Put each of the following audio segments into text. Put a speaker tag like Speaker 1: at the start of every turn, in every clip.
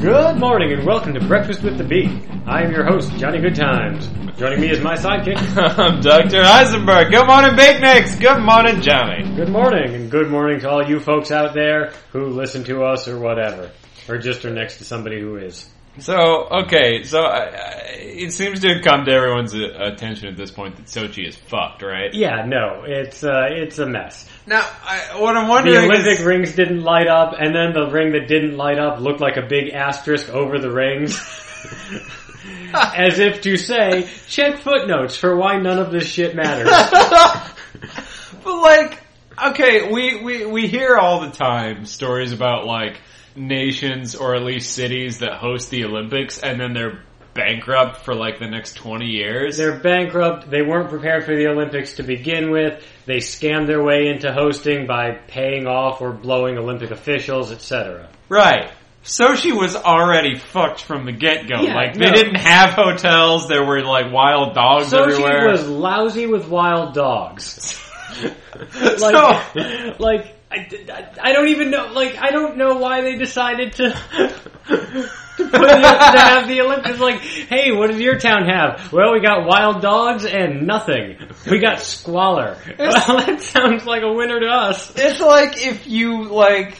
Speaker 1: Good morning and welcome to Breakfast with the Bee. I am your host, Johnny Goodtimes. Joining me is my sidekick.
Speaker 2: I'm Dr. Heisenberg. Good morning, Beatniks. Good morning, Johnny.
Speaker 1: Good morning and good morning to all you folks out there who listen to us or whatever. Or just are next to somebody who is.
Speaker 2: So, okay, so I, I, it seems to have come to everyone's uh, attention at this point that Sochi is fucked, right?
Speaker 1: Yeah, no, it's uh, it's a mess.
Speaker 2: Now, I, what I'm
Speaker 1: The
Speaker 2: wondering
Speaker 1: Olympic
Speaker 2: is,
Speaker 1: rings didn't light up, and then the ring that didn't light up looked like a big asterisk over the rings. As if to say, check footnotes for why none of this shit matters.
Speaker 2: but like, okay, we, we, we hear all the time stories about like nations or at least cities that host the Olympics and then they're bankrupt for like the next 20 years.
Speaker 1: They're bankrupt. They weren't prepared for the Olympics to begin with. They scammed their way into hosting by paying off or blowing Olympic officials, etc.
Speaker 2: Right. Sochi was already fucked from the get go.
Speaker 1: Yeah,
Speaker 2: like they
Speaker 1: no.
Speaker 2: didn't have hotels. There were like wild dogs
Speaker 1: So she
Speaker 2: everywhere.
Speaker 1: was lousy with wild dogs.
Speaker 2: so
Speaker 1: Like, like I, I, I don't even know. Like I don't know why they decided to. to put it- to have the Olympics, like, hey, what does your town have? Well, we got wild dogs and nothing. We got squalor. Well, that sounds like a winner to us.
Speaker 2: it's like if you like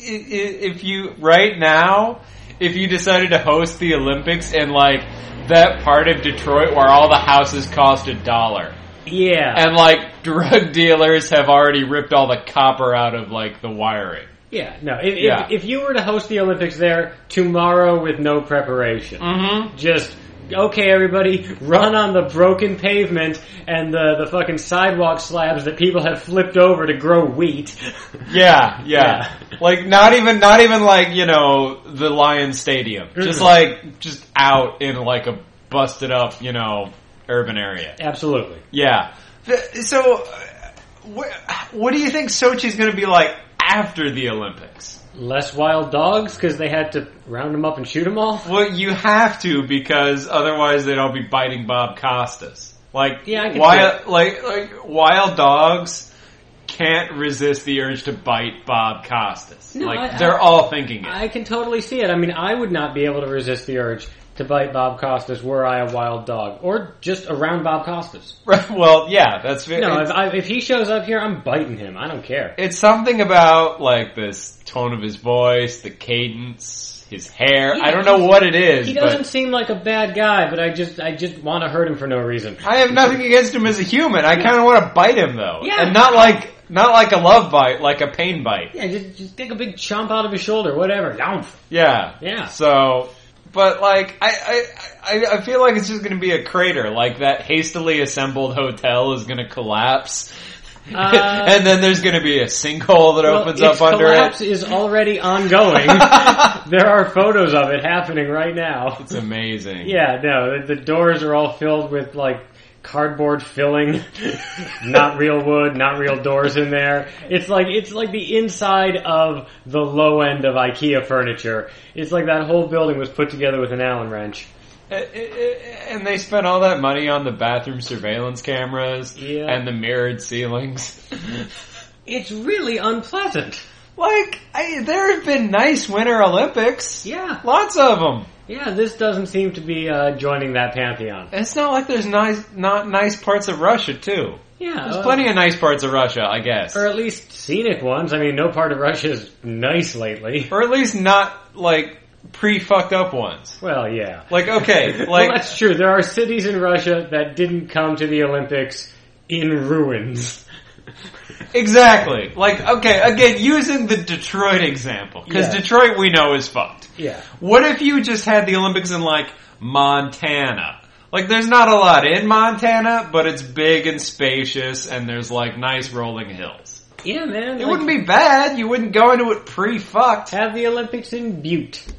Speaker 2: i- i- if you right now if you decided to host the Olympics in like that part of Detroit where all the houses cost a dollar.
Speaker 1: Yeah.
Speaker 2: And like drug dealers have already ripped all the copper out of like the wiring.
Speaker 1: Yeah, no. If,
Speaker 2: Yeah.
Speaker 1: if, if you were to host the Olympics there tomorrow with no preparation,
Speaker 2: Mm-hmm.
Speaker 1: just okay, everybody, run on the broken pavement and the the fucking sidewalk slabs that people have flipped over to grow wheat.
Speaker 2: Yeah, yeah. Like not even not even like, you know, the Lions Stadium. Just
Speaker 1: Mhm.
Speaker 2: like just out in like a busted up, you know, urban area.
Speaker 1: Absolutely.
Speaker 2: Yeah. Th- So what, what do you think Sochi's going to be like after the Olympics?
Speaker 1: Less wild dogs because they had to round them up and shoot them all.
Speaker 2: Well, you have to because otherwise they'd all be biting Bob Costas. Like
Speaker 1: Yeah, I can
Speaker 2: wild, like like wild dogs can't resist the urge to bite Bob Costas.
Speaker 1: No,
Speaker 2: like
Speaker 1: I- I-
Speaker 2: they're all thinking it.
Speaker 1: I can totally see it. I mean, I would not be able to resist the urge to bite Bob Costas were I a wild dog, or just around Bob Costas.
Speaker 2: Right. Well, yeah, that's very.
Speaker 1: No, if,
Speaker 2: it's,
Speaker 1: I, if he shows up here, I'm biting him. I don't care.
Speaker 2: it's something about like this tone of his voice, the cadence, his hair.
Speaker 1: He-
Speaker 2: I don't know what it is,
Speaker 1: He doesn't
Speaker 2: but
Speaker 1: seem like a bad guy, but I just I just want to hurt him for no reason.
Speaker 2: I have nothing against him as a human. I kind of want to bite him though,
Speaker 1: Yeah.
Speaker 2: and not like not like a love bite, like a pain bite.
Speaker 1: Yeah, just, just take a big chomp out of his shoulder, whatever. Yomp.
Speaker 2: Yeah,
Speaker 1: Yeah.
Speaker 2: So, but like I I I, I feel like it's just going to be a crater. Like that hastily assembled hotel is going to collapse.
Speaker 1: Uh,
Speaker 2: and then there's going to be a sinkhole that
Speaker 1: Well,
Speaker 2: opens
Speaker 1: its
Speaker 2: up under
Speaker 1: collapse
Speaker 2: it.
Speaker 1: is already ongoing. there are photos of it happening right now.
Speaker 2: It's amazing.
Speaker 1: Yeah, no, the, the doors are all filled with like cardboard filling, not real wood, not real doors in there. It's like it's like the inside of the low end of IKEA furniture. It's like that whole building was put together with an Allen wrench.
Speaker 2: Uh, And they spent all that money on the bathroom surveillance cameras
Speaker 1: Yeah.
Speaker 2: and the mirrored ceilings.
Speaker 1: It's really unpleasant.
Speaker 2: like, I, there have been nice Winter Olympics.
Speaker 1: Yeah.
Speaker 2: Lots of them.
Speaker 1: Yeah, this doesn't seem to be uh, joining that pantheon.
Speaker 2: It's not like there's nice, not nice parts of Russia too.
Speaker 1: Yeah.
Speaker 2: There's
Speaker 1: uh, er,
Speaker 2: plenty of nice parts of Russia, I guess.
Speaker 1: Or
Speaker 2: Or,
Speaker 1: at least scenic ones. I mean, no part of Russia is nice lately.
Speaker 2: at least not like pre fucked up ones.
Speaker 1: Well, yeah.
Speaker 2: Like okay,
Speaker 1: Well,
Speaker 2: like
Speaker 1: that's true. There are cities in Russia that didn't come to the Olympics in ruins.
Speaker 2: exactly. Like okay, again using the Detroit example because
Speaker 1: Yeah.
Speaker 2: Detroit we know is fucked.
Speaker 1: Yeah.
Speaker 2: What if you just had the Olympics in like Montana? Like there's not a lot in Montana, but it's big and spacious and there's like nice rolling hills.
Speaker 1: Yeah, man.
Speaker 2: It wouldn't be bad. You wouldn't go into it pre-fucked.
Speaker 1: Have the Olympics in Butte. And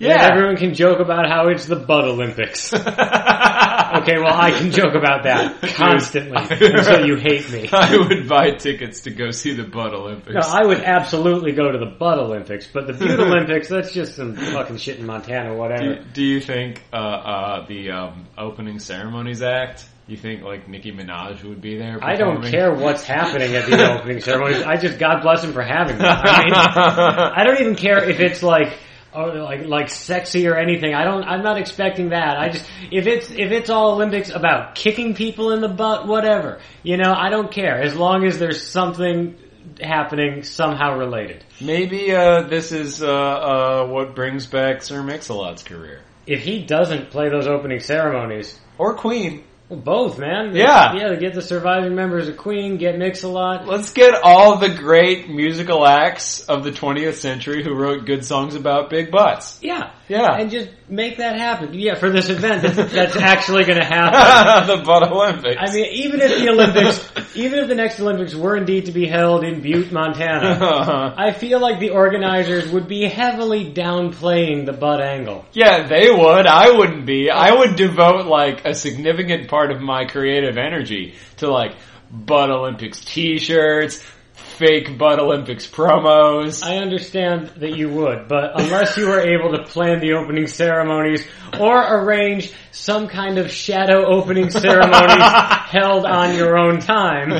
Speaker 2: Yeah.
Speaker 1: everyone can joke about how it's the Bud Olympics. Okay,
Speaker 2: okay,
Speaker 1: well, I can joke about that constantly until you hate me.
Speaker 2: I would buy tickets to go see the Bud Olympics.
Speaker 1: No, I would absolutely go to the Bud Olympics, but the Butte Olympics, that's just some fucking shit in Montana,
Speaker 2: do,
Speaker 1: whatever.
Speaker 2: do you think uh, uh, the um, opening ceremonies act? You think like Nicki Minaj would be there?
Speaker 1: I don't
Speaker 2: performing?
Speaker 1: care what's happening at the opening ceremonies. I just, God bless him for having me. I mean, I don't even care if it's like or like like sexy or anything. I don't. I'm not expecting that. I just if it's if it's all Olympics about kicking people in the butt, whatever. You know, I don't care as long as there's something happening somehow related.
Speaker 2: Maybe uh, this is uh, uh, what brings back Sir Mix-a-Lot's career
Speaker 1: If he doesn't play those opening ceremonies,
Speaker 2: or Queen.
Speaker 1: well, both man.
Speaker 2: Yeah.
Speaker 1: yeah. Get the surviving members of Queen. Get Mix a lot.
Speaker 2: Let's get all the great musical acts of the 20th century who wrote good songs about big butts.
Speaker 1: Yeah.
Speaker 2: Yeah.
Speaker 1: And just make that happen. Yeah, for this event, that's, that's actually going to happen.
Speaker 2: the Butt Olympics.
Speaker 1: I mean, even if the Olympics, even if the next Olympics were indeed to be held in Butte, Montana, I feel like the organizers would be heavily downplaying the butt angle.
Speaker 2: yeah, they would. I wouldn't be. I would devote like a significant part of my creative energy to like Butt Olympics t-shirts, fake Butt Olympics promos.
Speaker 1: I understand that you would, but unless you were able to plan the opening ceremonies or arrange some kind of shadow opening ceremonies held on your own time,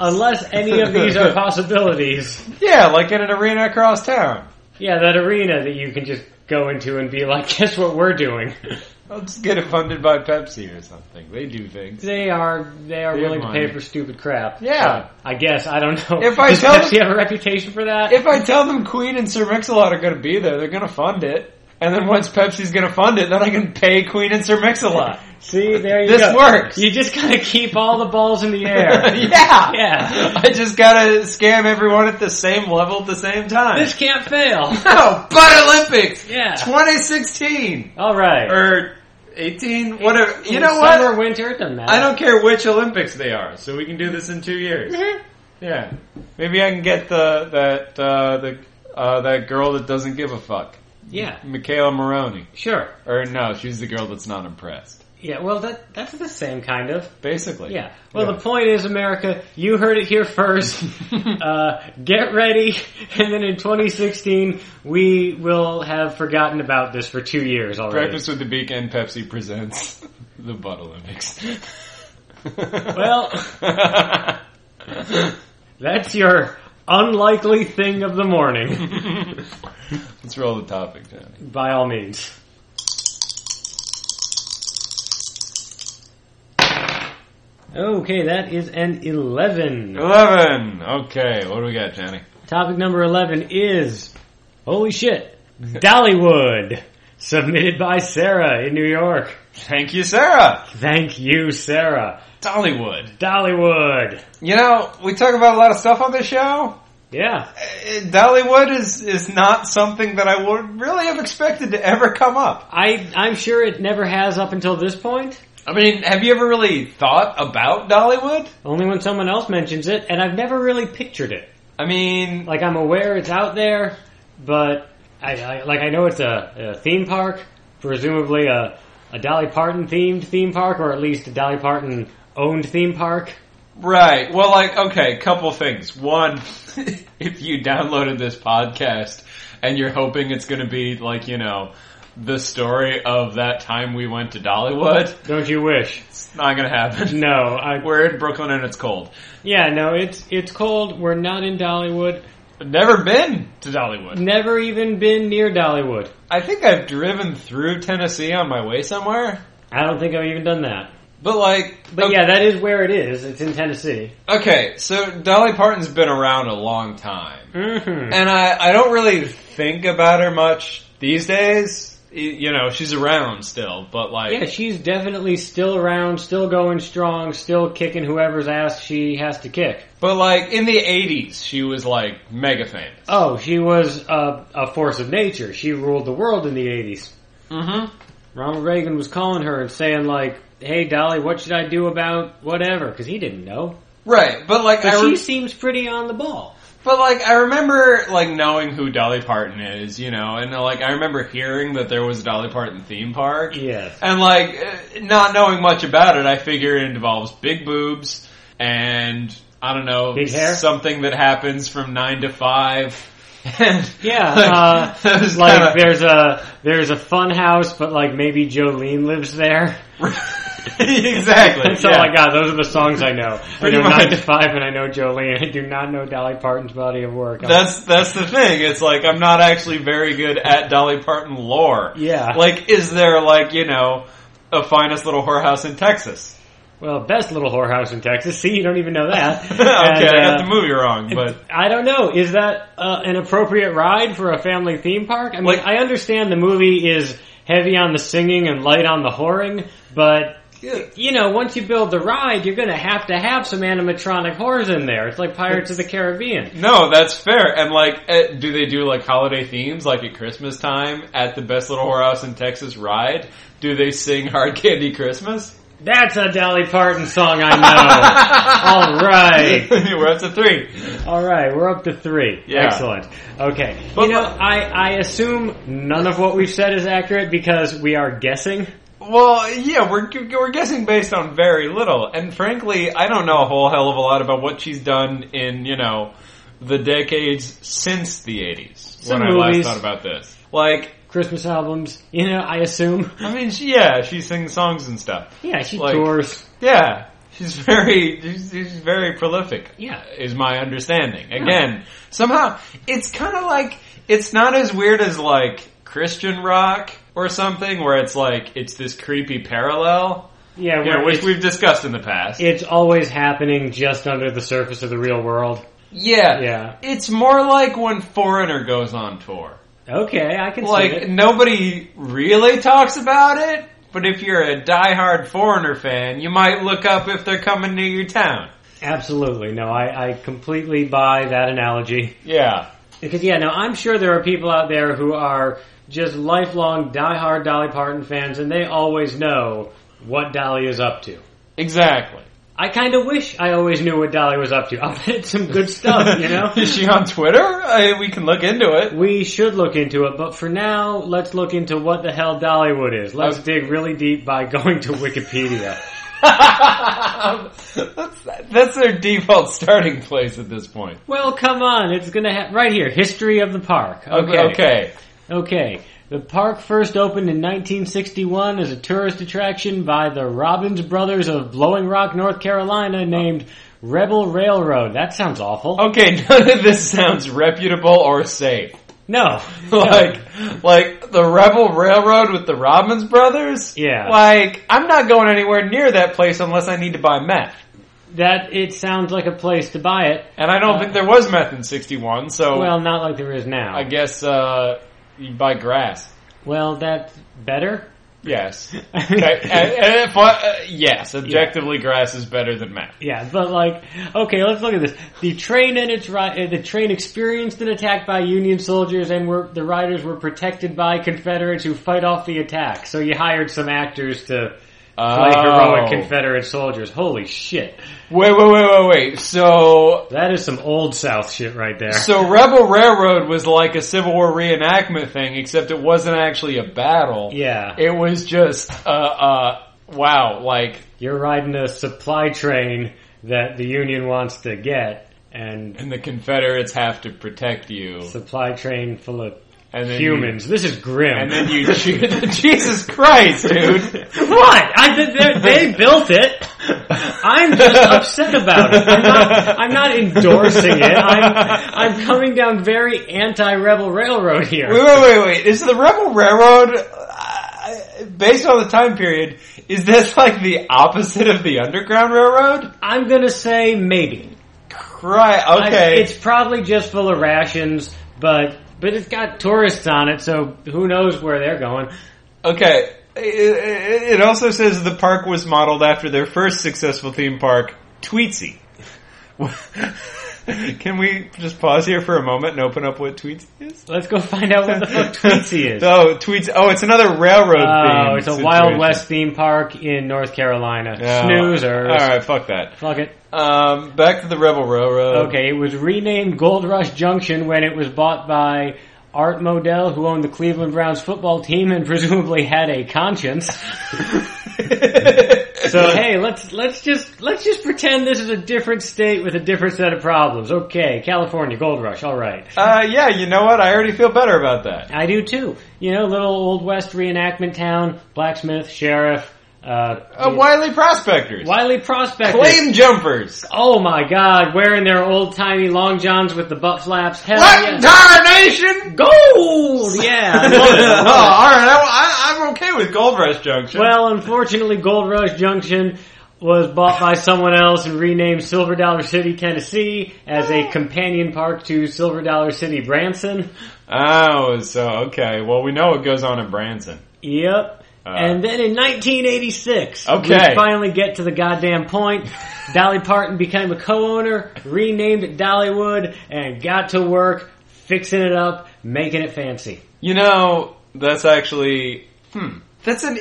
Speaker 1: unless any of these are possibilities,
Speaker 2: yeah, like in an arena across town.
Speaker 1: yeah, that arena that you can just go into and be like, guess what we're doing.
Speaker 2: I'll just get it funded by Pepsi or something. They do things.
Speaker 1: They are they are
Speaker 2: They have
Speaker 1: willing to pay
Speaker 2: money.
Speaker 1: for stupid crap.
Speaker 2: Yeah.
Speaker 1: I guess I don't know.
Speaker 2: If I
Speaker 1: Does
Speaker 2: tell
Speaker 1: Pepsi
Speaker 2: them-
Speaker 1: have a reputation for that?
Speaker 2: If I tell them Queen and Sir Mix-a-Lot are going to be there, they're going to fund it. And then once Pepsi's going to fund it, then I can pay Queen and Sir Mix-a-Lot.
Speaker 1: See, there you
Speaker 2: This
Speaker 1: go.
Speaker 2: works.
Speaker 1: You just gotta keep all the balls in the air.
Speaker 2: yeah.
Speaker 1: Yeah.
Speaker 2: I just gotta scam everyone at the same level at the same time.
Speaker 1: this can't fail.
Speaker 2: no, Butt Olympics!
Speaker 1: Yeah.
Speaker 2: 2016!
Speaker 1: All right.
Speaker 2: Or 18, whatever. You
Speaker 1: In
Speaker 2: know
Speaker 1: summer,
Speaker 2: what?
Speaker 1: winter, it doesn't matter.
Speaker 2: I don't care which Olympics they are, so we can do this in two years.
Speaker 1: Mm-hmm.
Speaker 2: Yeah. Maybe I can get the, that, uh, the, uh, that girl that doesn't give a fuck.
Speaker 1: Yeah.
Speaker 2: Michaela Maroney.
Speaker 1: Sure.
Speaker 2: Or no, she's the girl that's not impressed.
Speaker 1: Yeah. Well, that that's the same kind of.
Speaker 2: Basically.
Speaker 1: Yeah. Well, the point is, America, you heard it here first. uh, get ready, and then in 2016, we will have forgotten about this for two years already.
Speaker 2: Breakfast with the Beak and Pepsi presents the Butt Olympics.
Speaker 1: Well- That's your unlikely thing of the morning,
Speaker 2: let's roll the topic, Johnny.
Speaker 1: by all means. Okay, that is an
Speaker 2: Oh.
Speaker 1: 11.
Speaker 2: Eleven. Okay, what do we got, Johnny?
Speaker 1: Topic number 11 is Holy shit, Dollywood, submitted by Sarah in New York.
Speaker 2: Thank you, Sarah.
Speaker 1: Thank you, Sarah.
Speaker 2: Dollywood.
Speaker 1: Dollywood.
Speaker 2: You know, we talk about a lot of stuff on this show.
Speaker 1: Yeah.
Speaker 2: Uh, Dollywood is is not something that I would really have expected to ever come up.
Speaker 1: I, I'm sure it never has up until this point.
Speaker 2: I mean, have you ever really thought about Dollywood?
Speaker 1: Only when someone else mentions it, and I've never really pictured it.
Speaker 2: I mean,
Speaker 1: Like I'm aware it's out there, but I, I like I know it's a, a theme park, presumably a, a Dolly Parton themed theme park, or at least a Dolly Parton owned theme park.
Speaker 2: right. Well, like, okay, couple things. One, if you downloaded this podcast and you're hoping it's going to be like, you know, the story of that time we went to Dollywood,
Speaker 1: Don't you wish?
Speaker 2: it's not going to happen.
Speaker 1: No, I,
Speaker 2: We're in Brooklyn and it's cold.
Speaker 1: yeah, no. It's it's cold. We're not in Dollywood.
Speaker 2: I've never been to Dollywood.
Speaker 1: Never even been near Dollywood.
Speaker 2: I think I've driven through Tennessee on my way somewhere,
Speaker 1: I don't think I've even done that.
Speaker 2: but like,
Speaker 1: But yeah, that is where it is. It's in Tennessee.
Speaker 2: okay, so Dolly Parton's been around a long time.
Speaker 1: hmm
Speaker 2: And I, I don't really think about her much these days. Y- You know, she's around still, but like,
Speaker 1: Yeah, she's definitely still around, still going strong, still kicking whoever's ass she has to kick.
Speaker 2: but like in the '80s, she was like mega famous.
Speaker 1: Oh, she was a, a force of nature. She ruled the world in the 80s.
Speaker 2: Mm-hmm.
Speaker 1: Ronald Reagan was calling her and saying, like, hey, Dolly, what should I do about whatever? Because he didn't know.
Speaker 2: Right, but like,
Speaker 1: But
Speaker 2: I
Speaker 1: she
Speaker 2: re-
Speaker 1: seems pretty on the ball.
Speaker 2: but like, I remember like knowing who Dolly Parton is, you know, and like I remember hearing that there was a Dolly Parton theme park,
Speaker 1: Yes.
Speaker 2: and like eh, not knowing much about it, I figure it involves big boobs and I don't know
Speaker 1: Big hair?
Speaker 2: something that happens from nine to five. And
Speaker 1: Yeah,
Speaker 2: like,
Speaker 1: uh,
Speaker 2: that was
Speaker 1: like
Speaker 2: kinda-
Speaker 1: there's a there's a fun house, but like maybe Jolene lives there.
Speaker 2: exactly.
Speaker 1: That's all I got. Those are the songs I know. I
Speaker 2: Pretty
Speaker 1: know
Speaker 2: much.
Speaker 1: Nine to Five, and I know Jolene. I do not know Dolly Parton's body of work. I'm-
Speaker 2: That's that's the thing. It's like I'm not actually very good at Dolly Parton lore.
Speaker 1: Yeah.
Speaker 2: Like, is there like you know a finest little whorehouse in Texas?
Speaker 1: well, best little whorehouse in Texas. See, you don't even know that.
Speaker 2: okay, I got
Speaker 1: uh,
Speaker 2: the movie wrong, but
Speaker 1: I don't know. Is that uh, an appropriate ride for a family theme park? I mean,
Speaker 2: Like-
Speaker 1: I understand the movie is heavy on the singing and light on the whoring, but you know, once you build the ride, you're going to have to have some animatronic whores in there. It's like Pirates of the Caribbean.
Speaker 2: no, that's fair. And like, eh, do they do like holiday themes, like at Christmas time at the best little whorehouse in Texas ride? Do they sing Hard Candy Christmas?
Speaker 1: That's a Dolly Parton song I know. All right.
Speaker 2: We're up to three.
Speaker 1: All right, we're up to three.
Speaker 2: Yeah.
Speaker 1: Excellent. Okay.
Speaker 2: But-
Speaker 1: you know, I, I assume none of what we've said is accurate because we are guessing.
Speaker 2: Well, yeah, we're we're guessing based on very little, and frankly, I don't know a whole hell of a lot about what she's done in you know the decades since the eighties. When
Speaker 1: Some
Speaker 2: I last
Speaker 1: movies.
Speaker 2: thought about this, like,
Speaker 1: Christmas albums, you know, I assume.
Speaker 2: I mean, she, yeah, she sings songs and stuff.
Speaker 1: Yeah, she
Speaker 2: Like-
Speaker 1: tours.
Speaker 2: Yeah, she's very she's, she's very prolific.
Speaker 1: Yeah.
Speaker 2: is my understanding. Again, somehow it's kind of like it's not as weird as like Christian rock or something, where it's like it's this creepy parallel.
Speaker 1: Yeah,
Speaker 2: Yeah,
Speaker 1: where
Speaker 2: which
Speaker 1: it's,
Speaker 2: we've discussed in the past.
Speaker 1: it's always happening just under the surface of the real world.
Speaker 2: yeah.
Speaker 1: Yeah.
Speaker 2: It's more like when Foreigner goes on tour.
Speaker 1: Okay, I can see
Speaker 2: Like,
Speaker 1: it.
Speaker 2: nobody really talks about it, but if you're a diehard Foreigner fan, you might look up if they're coming to your town.
Speaker 1: Absolutely. No, I, I completely buy that analogy.
Speaker 2: Yeah.
Speaker 1: Because, yeah, no, I'm sure there are people out there who are just lifelong, diehard Dolly Parton fans, and they always know what Dolly is up to.
Speaker 2: Exactly.
Speaker 1: I kind of wish I always knew what Dolly was up to. I'll bet it's some good stuff, you know?
Speaker 2: Is she on Twitter? I, we can look into it.
Speaker 1: We should look into it, but for now, let's look into what the hell Dollywood is. Let's dig really deep by going to Wikipedia.
Speaker 2: that's, that's their default starting place at this point.
Speaker 1: well, come on, it's gonna ha- right here. History of the park. Okay,
Speaker 2: Okay.
Speaker 1: okay. The park first opened in 1961 as a tourist attraction by the Robbins brothers of Blowing Rock, North Carolina, named Rebel Railroad. That sounds awful.
Speaker 2: Okay, none of this sounds reputable or safe.
Speaker 1: No, no.
Speaker 2: like like the Rebel Railroad with the Robbins brothers.
Speaker 1: Yeah.
Speaker 2: Like I'm not going anywhere near that place unless I need to buy meth.
Speaker 1: that it sounds like a place to buy it.
Speaker 2: And I don't think there was meth in 61, so
Speaker 1: Uh, Well, not like there is now.
Speaker 2: I guess uh you buy grass.
Speaker 1: well, that's better.
Speaker 2: Yes.
Speaker 1: I mean-
Speaker 2: Okay, and- and if I- uh, yes, objectively grass is better than meth.
Speaker 1: Yeah, but like, okay, let's look at this. The train and its ri- uh, the train experienced an attack by Union soldiers, and were the riders were protected by Confederates who fight off the attack. So you hired some actors to play
Speaker 2: Oh.
Speaker 1: heroic Confederate soldiers. Holy shit,
Speaker 2: Wait, wait, wait, wait, wait. So
Speaker 1: that is some old South shit right there.
Speaker 2: so Rebel Railroad was like a Civil War reenactment thing, except it wasn't actually a battle.
Speaker 1: yeah,
Speaker 2: It was just uh uh wow, like
Speaker 1: you're riding a supply train that the Union wants to get, and
Speaker 2: and the Confederates have to protect you.
Speaker 1: supply train full of
Speaker 2: And then
Speaker 1: humans. this is grim.
Speaker 2: You, and then you choose Jesus Christ, dude.
Speaker 1: What? I did, they, they built it. I'm just upset about it. I'm not, I'm not endorsing it. I'm, I'm coming down very anti-rebel railroad
Speaker 2: Wait,
Speaker 1: here.
Speaker 2: wait, wait, wait. Is the Rebel Railroad uh, based on the time period, is this like the opposite of the Underground Railroad?
Speaker 1: I'm gonna say maybe.
Speaker 2: Right,
Speaker 1: I-
Speaker 2: okay.
Speaker 1: it's probably just full of rations, but but it's got tourists on it, so who knows where they're going.
Speaker 2: Okay. It, it also says the park was modeled after their first successful theme park, Tweetsie. Can we just pause here for a moment and open up what Tweetsie is?
Speaker 1: Let's go find out what the fuck Tweetsie is.
Speaker 2: Oh, Tweets. Oh, it's another railroad theme.
Speaker 1: Oh, it's a Wild
Speaker 2: situation.
Speaker 1: West theme park in North Carolina.
Speaker 2: Yeah.
Speaker 1: Snoozers.
Speaker 2: All right, fuck that.
Speaker 1: Fuck it.
Speaker 2: Um, back to the Rebel Railroad.
Speaker 1: Okay, it was renamed Gold Rush Junction when it was bought by Art Modell, who owned the Cleveland Browns football team and presumably had a conscience. So hey, let's let's just let's just pretend this is a different state with a different set of problems. Okay, California Gold Rush. All right,
Speaker 2: Uh, yeah, you know what? I already feel better about that.
Speaker 1: I do too. You know, little old west reenactment town, blacksmith, sheriff, Uh,
Speaker 2: Uh, Wiley prospectors.
Speaker 1: Wiley prospectors.
Speaker 2: Claim jumpers.
Speaker 1: Oh my god, wearing their old timey long johns with the butt flaps. Hell
Speaker 2: What
Speaker 1: yeah.
Speaker 2: tarnation?
Speaker 1: Gold! Yeah, I
Speaker 2: oh, all
Speaker 1: love it, I love it.
Speaker 2: right. I, I, I'm okay with Gold Rush Junction.
Speaker 1: Well, unfortunately, Gold Rush Junction was bought by someone else and renamed Silver Dollar City, Tennessee as a companion park to Silver Dollar City, Branson.
Speaker 2: oh, so okay. Well, we know what goes on in Branson.
Speaker 1: Yep. and then in 1986,
Speaker 2: Uh. Okay.
Speaker 1: we finally get to the goddamn point. Dolly Parton became a co-owner, renamed it Dollywood, and got to work fixing it up, making it fancy.
Speaker 2: You know, that's actually hmm. That's an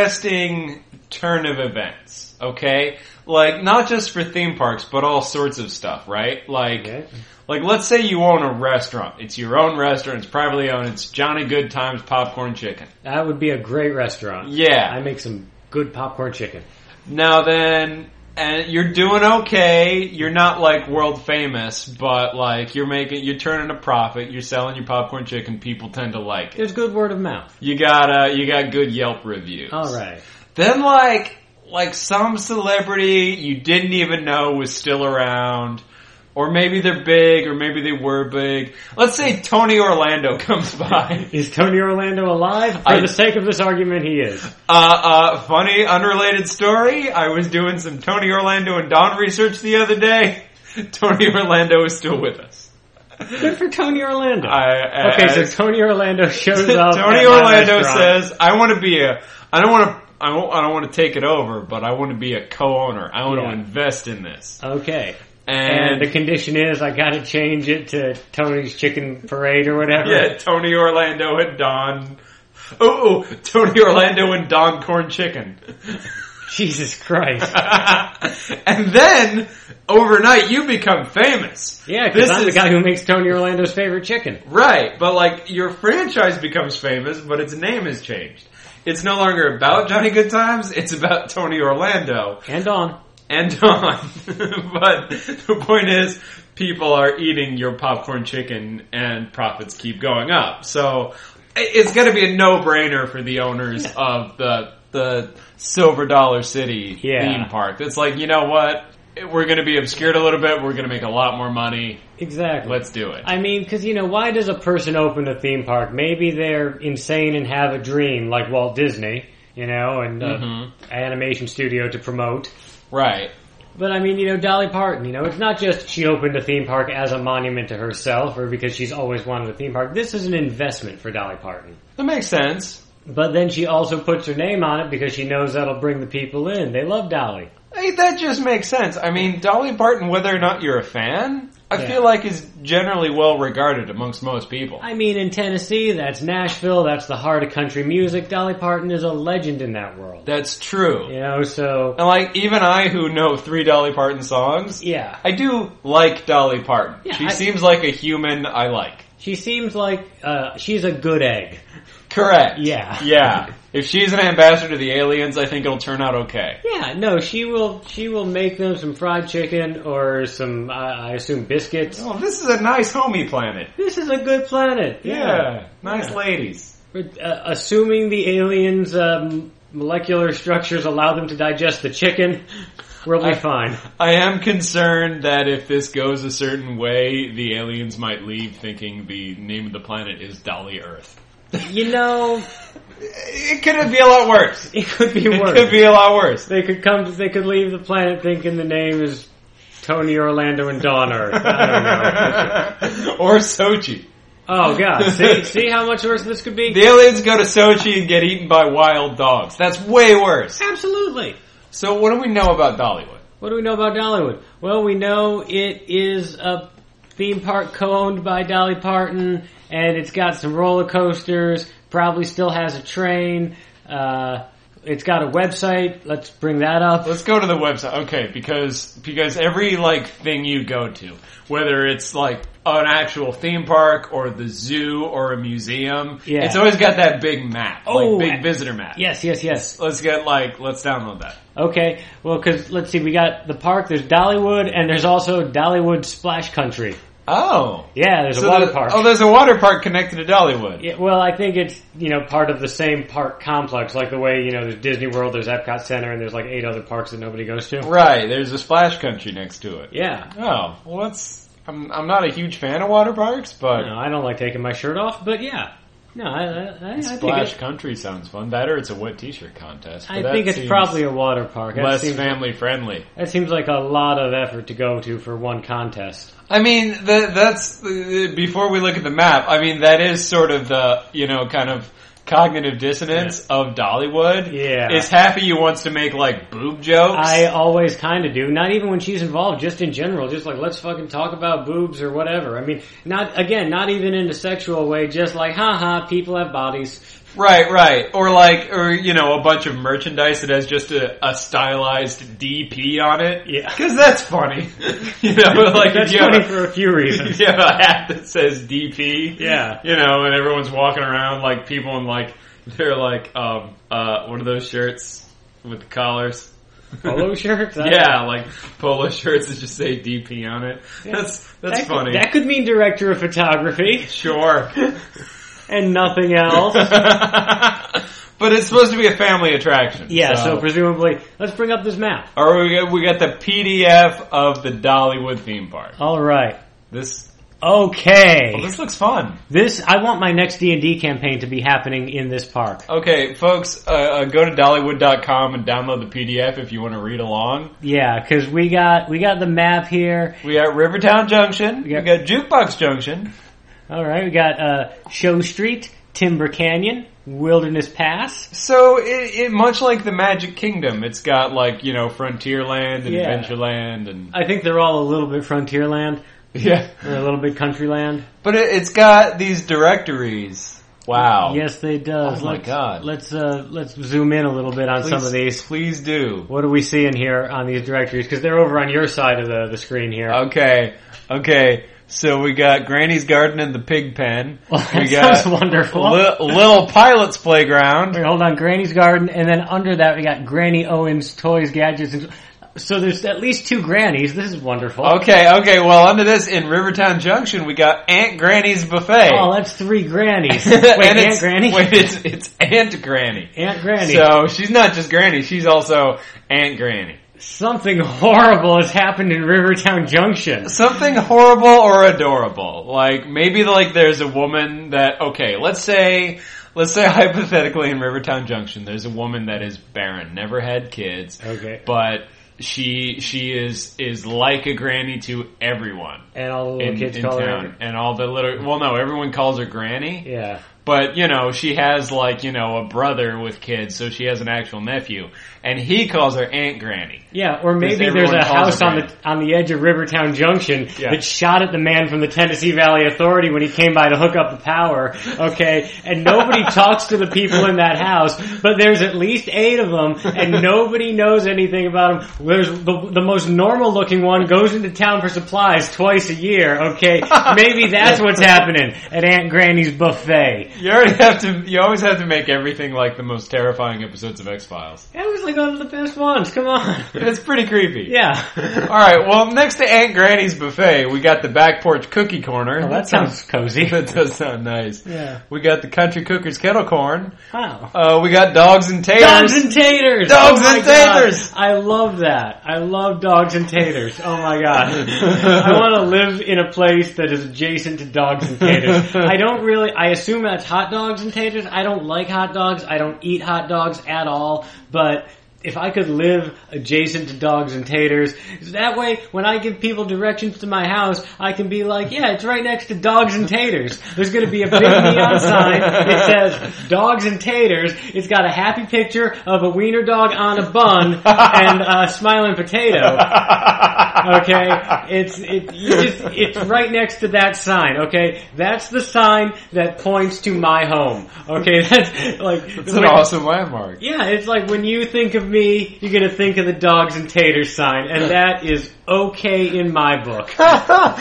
Speaker 2: interesting turn of events. Okay, like not just for theme parks, but all sorts of stuff, right? Like,
Speaker 1: Okay.
Speaker 2: like let's say you own a restaurant. It's your own restaurant. It's privately owned. It's Johnny Good Times Popcorn Chicken.
Speaker 1: That would be a great restaurant.
Speaker 2: Yeah.
Speaker 1: I make some good popcorn chicken.
Speaker 2: Now then, and you're doing okay. You're not like world famous, but like you're making, you're turning a profit. You're selling your popcorn chicken. People tend to like it.
Speaker 1: There's good word of mouth.
Speaker 2: You got uh, you got good Yelp reviews.
Speaker 1: All right.
Speaker 2: Then like like some celebrity you didn't even know was still around. Or maybe they're big, or maybe they were big. Let's say Tony Orlando comes by.
Speaker 1: Is Tony Orlando alive? For
Speaker 2: I-
Speaker 1: the sake of this argument, he is.
Speaker 2: Uh, uh, funny, unrelated story. I was doing some Tony Orlando and Don research the other day. Tony Orlando is still with us.
Speaker 1: Good for Tony Orlando.
Speaker 2: I,
Speaker 1: okay, so
Speaker 2: as-
Speaker 1: Tony Orlando shows up.
Speaker 2: Tony
Speaker 1: at my
Speaker 2: Orlando
Speaker 1: restaurant.
Speaker 2: says, "I want to be a. I don't want to. I don't, I don't want to take it over, but I want to be a co-owner. I want
Speaker 1: Yeah.
Speaker 2: to invest in this."
Speaker 1: Okay. And
Speaker 2: And,
Speaker 1: the condition is I gotta change it to Tony's Chicken Parade or whatever.
Speaker 2: yeah, Tony Orlando and Don. Oh, oh, Tony Orlando and Don Corn Chicken.
Speaker 1: Jesus Christ.
Speaker 2: and then overnight, you become famous.
Speaker 1: Yeah, because
Speaker 2: This
Speaker 1: I'm the
Speaker 2: is-
Speaker 1: guy who makes Tony Orlando's favorite chicken.
Speaker 2: Right, but like your franchise becomes famous, but its name is changed. It's no longer about Johnny Good Times, it's about Tony Orlando
Speaker 1: And on.
Speaker 2: and Don. but the point is, people are eating your popcorn chicken and profits keep going up. So i- it's gonna be a no-brainer for the owners of the, the Silver Dollar City
Speaker 1: Yeah.
Speaker 2: theme park. It's like, you know what? We're gonna be obscured a little bit, we're gonna make a lot more money,
Speaker 1: Exactly.
Speaker 2: let's do it.
Speaker 1: I mean, because, you know, why does a person open a theme park? Maybe they're insane and have a dream, like Walt Disney, you know, and uh, animation studio to promote.
Speaker 2: right.
Speaker 1: But I mean, you know, Dolly Parton, you know, it's not just she opened a theme park as a monument to herself or because she's always wanted a theme park. This is an investment for Dolly Parton.
Speaker 2: That makes sense.
Speaker 1: But then she also puts her name on it because she knows that'll bring the people in. They love Dolly.
Speaker 2: Hey, that just makes sense. I mean, Dolly Parton, whether or not you're a fan, I
Speaker 1: Yeah.
Speaker 2: feel like is generally well regarded amongst most people.
Speaker 1: I mean, in Tennessee, that's Nashville, that's the heart of country music. Dolly Parton is a legend in that world.
Speaker 2: That's true.
Speaker 1: You know, so,
Speaker 2: And like, even I who know three Dolly Parton songs,
Speaker 1: yeah.
Speaker 2: I do like Dolly Parton.
Speaker 1: Yeah,
Speaker 2: she
Speaker 1: I-
Speaker 2: seems like a human I like.
Speaker 1: She seems like uh, she's a good egg.
Speaker 2: Correct.
Speaker 1: Yeah.
Speaker 2: Yeah. If she's an ambassador to the aliens, I think it'll turn out okay.
Speaker 1: Yeah, no, she will. She will make them some fried chicken or some, I I assume, biscuits.
Speaker 2: Oh, this is a nice homey planet.
Speaker 1: This is a good planet.
Speaker 2: Nice ladies.
Speaker 1: But, uh, assuming the aliens' um, molecular structures allow them to digest the chicken, we'll be
Speaker 2: I-
Speaker 1: fine.
Speaker 2: I am concerned that if this goes a certain way, the aliens might leave thinking the name of the planet is Dolly Earth.
Speaker 1: You know,
Speaker 2: It could be a lot worse.
Speaker 1: it could be
Speaker 2: It
Speaker 1: worse.
Speaker 2: could be a lot worse.
Speaker 1: they could come. They could leave the planet thinking the name is Tony Orlando and Dawn Earth. I don't know.
Speaker 2: or Sochi.
Speaker 1: Oh God! See, see how much worse this could be.
Speaker 2: The aliens go to Sochi and get eaten by wild dogs. That's way worse.
Speaker 1: Absolutely.
Speaker 2: So what do we know about Dollywood?
Speaker 1: What do we know about Dollywood? Well, we know it is a theme park co-owned by Dolly Parton, and it's got some roller coasters. Probably still has a train. Uh, it's got a website. Let's bring that up.
Speaker 2: Let's go to the website. Okay, because because every like thing you go to, whether it's like an actual theme park or the zoo or a museum,
Speaker 1: Yeah.
Speaker 2: it's always got that big map,
Speaker 1: Oh,
Speaker 2: like big
Speaker 1: I-
Speaker 2: visitor map.
Speaker 1: Yes, yes, yes.
Speaker 2: Let's get like let's download that.
Speaker 1: Okay. Well, because let's see, we got the park. There's Dollywood, and there's also Dollywood Splash Country.
Speaker 2: Oh.
Speaker 1: Yeah, there's
Speaker 2: So
Speaker 1: a water
Speaker 2: the-
Speaker 1: park.
Speaker 2: Oh, there's a water park connected to Dollywood.
Speaker 1: Yeah, well, I think it's you know part of the same park complex, like the way you know there's Disney World, there's Epcot Center, and there's like eight other parks that nobody goes to.
Speaker 2: Right, there's a splash country next to it.
Speaker 1: Yeah,
Speaker 2: Oh, well that's, I'm, I'm not a huge fan of water parks, but
Speaker 1: no, I don't like taking my shirt off, but yeah, no, I, I, I, I think
Speaker 2: splash
Speaker 1: it,
Speaker 2: country sounds fun. That or it's a wet t-shirt contest. but
Speaker 1: I
Speaker 2: that
Speaker 1: think it's
Speaker 2: seems
Speaker 1: probably a water park. That
Speaker 2: less
Speaker 1: seems,
Speaker 2: family friendly.
Speaker 1: that seems like a lot of effort to go to for one contest.
Speaker 2: I mean, the, that's uh, before we look at the map. I mean, that is sort of the you know kind of cognitive dissonance of Dollywood.
Speaker 1: Yeah.
Speaker 2: is half of you wants to make like boob jokes.
Speaker 1: I always kind of do. Not even when she's involved, just in general. Just like, let's fucking talk about boobs or whatever. I mean, not, again, not even in a sexual way, just like, haha, people have bodies.
Speaker 2: right, right, or like, or you know, a bunch of merchandise that has just a, a stylized DP on it.
Speaker 1: Yeah.
Speaker 2: because that's funny. you know, like
Speaker 1: That's
Speaker 2: if you
Speaker 1: funny
Speaker 2: have a-
Speaker 1: for a few reasons.
Speaker 2: if you have a hat that says DP.
Speaker 1: Yeah.
Speaker 2: You know, and everyone's walking around like people in like they're like um uh one of those shirts with collars.
Speaker 1: Polo shirts? I-
Speaker 2: yeah, like polo shirts that just say DP on it. That's that's
Speaker 1: that could-
Speaker 2: funny.
Speaker 1: that could mean director of photography
Speaker 2: sure.
Speaker 1: and nothing else.
Speaker 2: but it's supposed to be a family attraction.
Speaker 1: Yeah, so presumably, let's bring up this map.
Speaker 2: or we got, we got the PDF of the Dollywood theme park.
Speaker 1: All right.
Speaker 2: This well,
Speaker 1: Okay.
Speaker 2: this looks fun.
Speaker 1: This I want my next D&D campaign to be happening in this park.
Speaker 2: Okay, folks, uh, uh, go to dollywood.com and download the PDF if you want to read along.
Speaker 1: Yeah, cuz we got we got the map here.
Speaker 2: We got Rivertown Junction.
Speaker 1: Yeah.
Speaker 2: We got Jukebox Junction.
Speaker 1: All right, we got uh, Show Street, Timber Canyon, Wilderness Pass.
Speaker 2: So it, it much like the Magic Kingdom, it's got like you know Frontierland and
Speaker 1: Yeah.
Speaker 2: Adventureland and
Speaker 1: I think they're all a little bit Frontierland,
Speaker 2: yeah,
Speaker 1: they're a little bit Countryland.
Speaker 2: but it, it's got these directories. Wow.
Speaker 1: Yes, they does.
Speaker 2: Oh my
Speaker 1: let's,
Speaker 2: God.
Speaker 1: Let's uh, let's zoom in a little bit on
Speaker 2: Please-
Speaker 1: some of these.
Speaker 2: Please do.
Speaker 1: What are we seeing here on these directories? Because they're over on your side of the, the screen here.
Speaker 2: Okay. Okay. So we got Granny's Garden and the Pig Pen.
Speaker 1: Well, that
Speaker 2: we got
Speaker 1: sounds wonderful.
Speaker 2: Li- Little Pilot's Playground.
Speaker 1: Wait, hold on, Granny's Garden, and then under that we got Granny Owens Toys, Gadgets. And... So there's at least two grannies. This is wonderful.
Speaker 2: Okay, okay, well under this in Rivertown Junction we got Aunt Granny's Buffet.
Speaker 1: Oh, that's three grannies. Wait, Aunt
Speaker 2: it's,
Speaker 1: Granny?
Speaker 2: Wait, it's, it's Aunt Granny.
Speaker 1: Aunt Granny.
Speaker 2: So she's not just Granny, she's also Aunt Granny.
Speaker 1: Something horrible has happened in Rivertown Junction.
Speaker 2: Something horrible or adorable. Like maybe like there's a woman that okay, let's say let's say hypothetically in Rivertown Junction there's a woman that is barren, never had kids.
Speaker 1: Okay.
Speaker 2: But she she is is like a granny to everyone.
Speaker 1: And all the little
Speaker 2: In,
Speaker 1: kids
Speaker 2: in
Speaker 1: call
Speaker 2: town,
Speaker 1: her.
Speaker 2: and all the little well, no, everyone calls her Granny.
Speaker 1: Yeah.
Speaker 2: But, you know, she has like, you know, a brother with kids, so she has an actual nephew. And he calls her Aunt Granny.
Speaker 1: Yeah, or maybe there's
Speaker 2: everyone
Speaker 1: a house
Speaker 2: calls her
Speaker 1: on the on the edge of Rivertown Junction
Speaker 2: Yeah.
Speaker 1: that shot at the man from the Tennessee Valley Authority when he came by to hook up the power. Okay, and nobody talks to the people in that house, but there's at least eight of them, and nobody knows anything about them. There's the, the most normal looking one goes into town for supplies twice a year. Okay, maybe that's what's happening at Aunt Granny's buffet.
Speaker 2: You already have to, you always have to make everything like the most terrifying episodes of X-Files.
Speaker 1: That was like one of the best ones. Come on,
Speaker 2: It's pretty creepy.
Speaker 1: yeah.
Speaker 2: Alright, well next to Aunt Granny's buffet, we got the back porch cookie corner.
Speaker 1: Well, Oh, that sounds cozy.
Speaker 2: that does sound nice.
Speaker 1: Yeah.
Speaker 2: We got the country cooker's kettle corn.
Speaker 1: Wow.
Speaker 2: Uh, we got dogs and taters.
Speaker 1: Dogs and taters. Oh
Speaker 2: Dogs
Speaker 1: my
Speaker 2: and
Speaker 1: God.
Speaker 2: taters.
Speaker 1: I love that. I love dogs and taters. Oh my god. I want to live in a place that is adjacent to dogs and taters. I don't really. I assume that's hot dogs and taters. I don't like hot dogs. I don't eat hot dogs at all. But. If I could live adjacent to dogs and taters, that way when I give people directions to my house, I can be like, yeah, it's right next to dogs and taters. There's gonna be a big neon sign that says, says dogs and taters. It's got a happy picture of a wiener dog on a bun and a smiling potato. Okay, it's it, you just it's right next to that sign. Okay, that's the sign that points to my home. Okay, that's like
Speaker 2: It's an awesome landmark.
Speaker 1: yeah, it's like when you think of me, you're gonna think of the dogs and taters sign, and that is okay in my book.
Speaker 2: All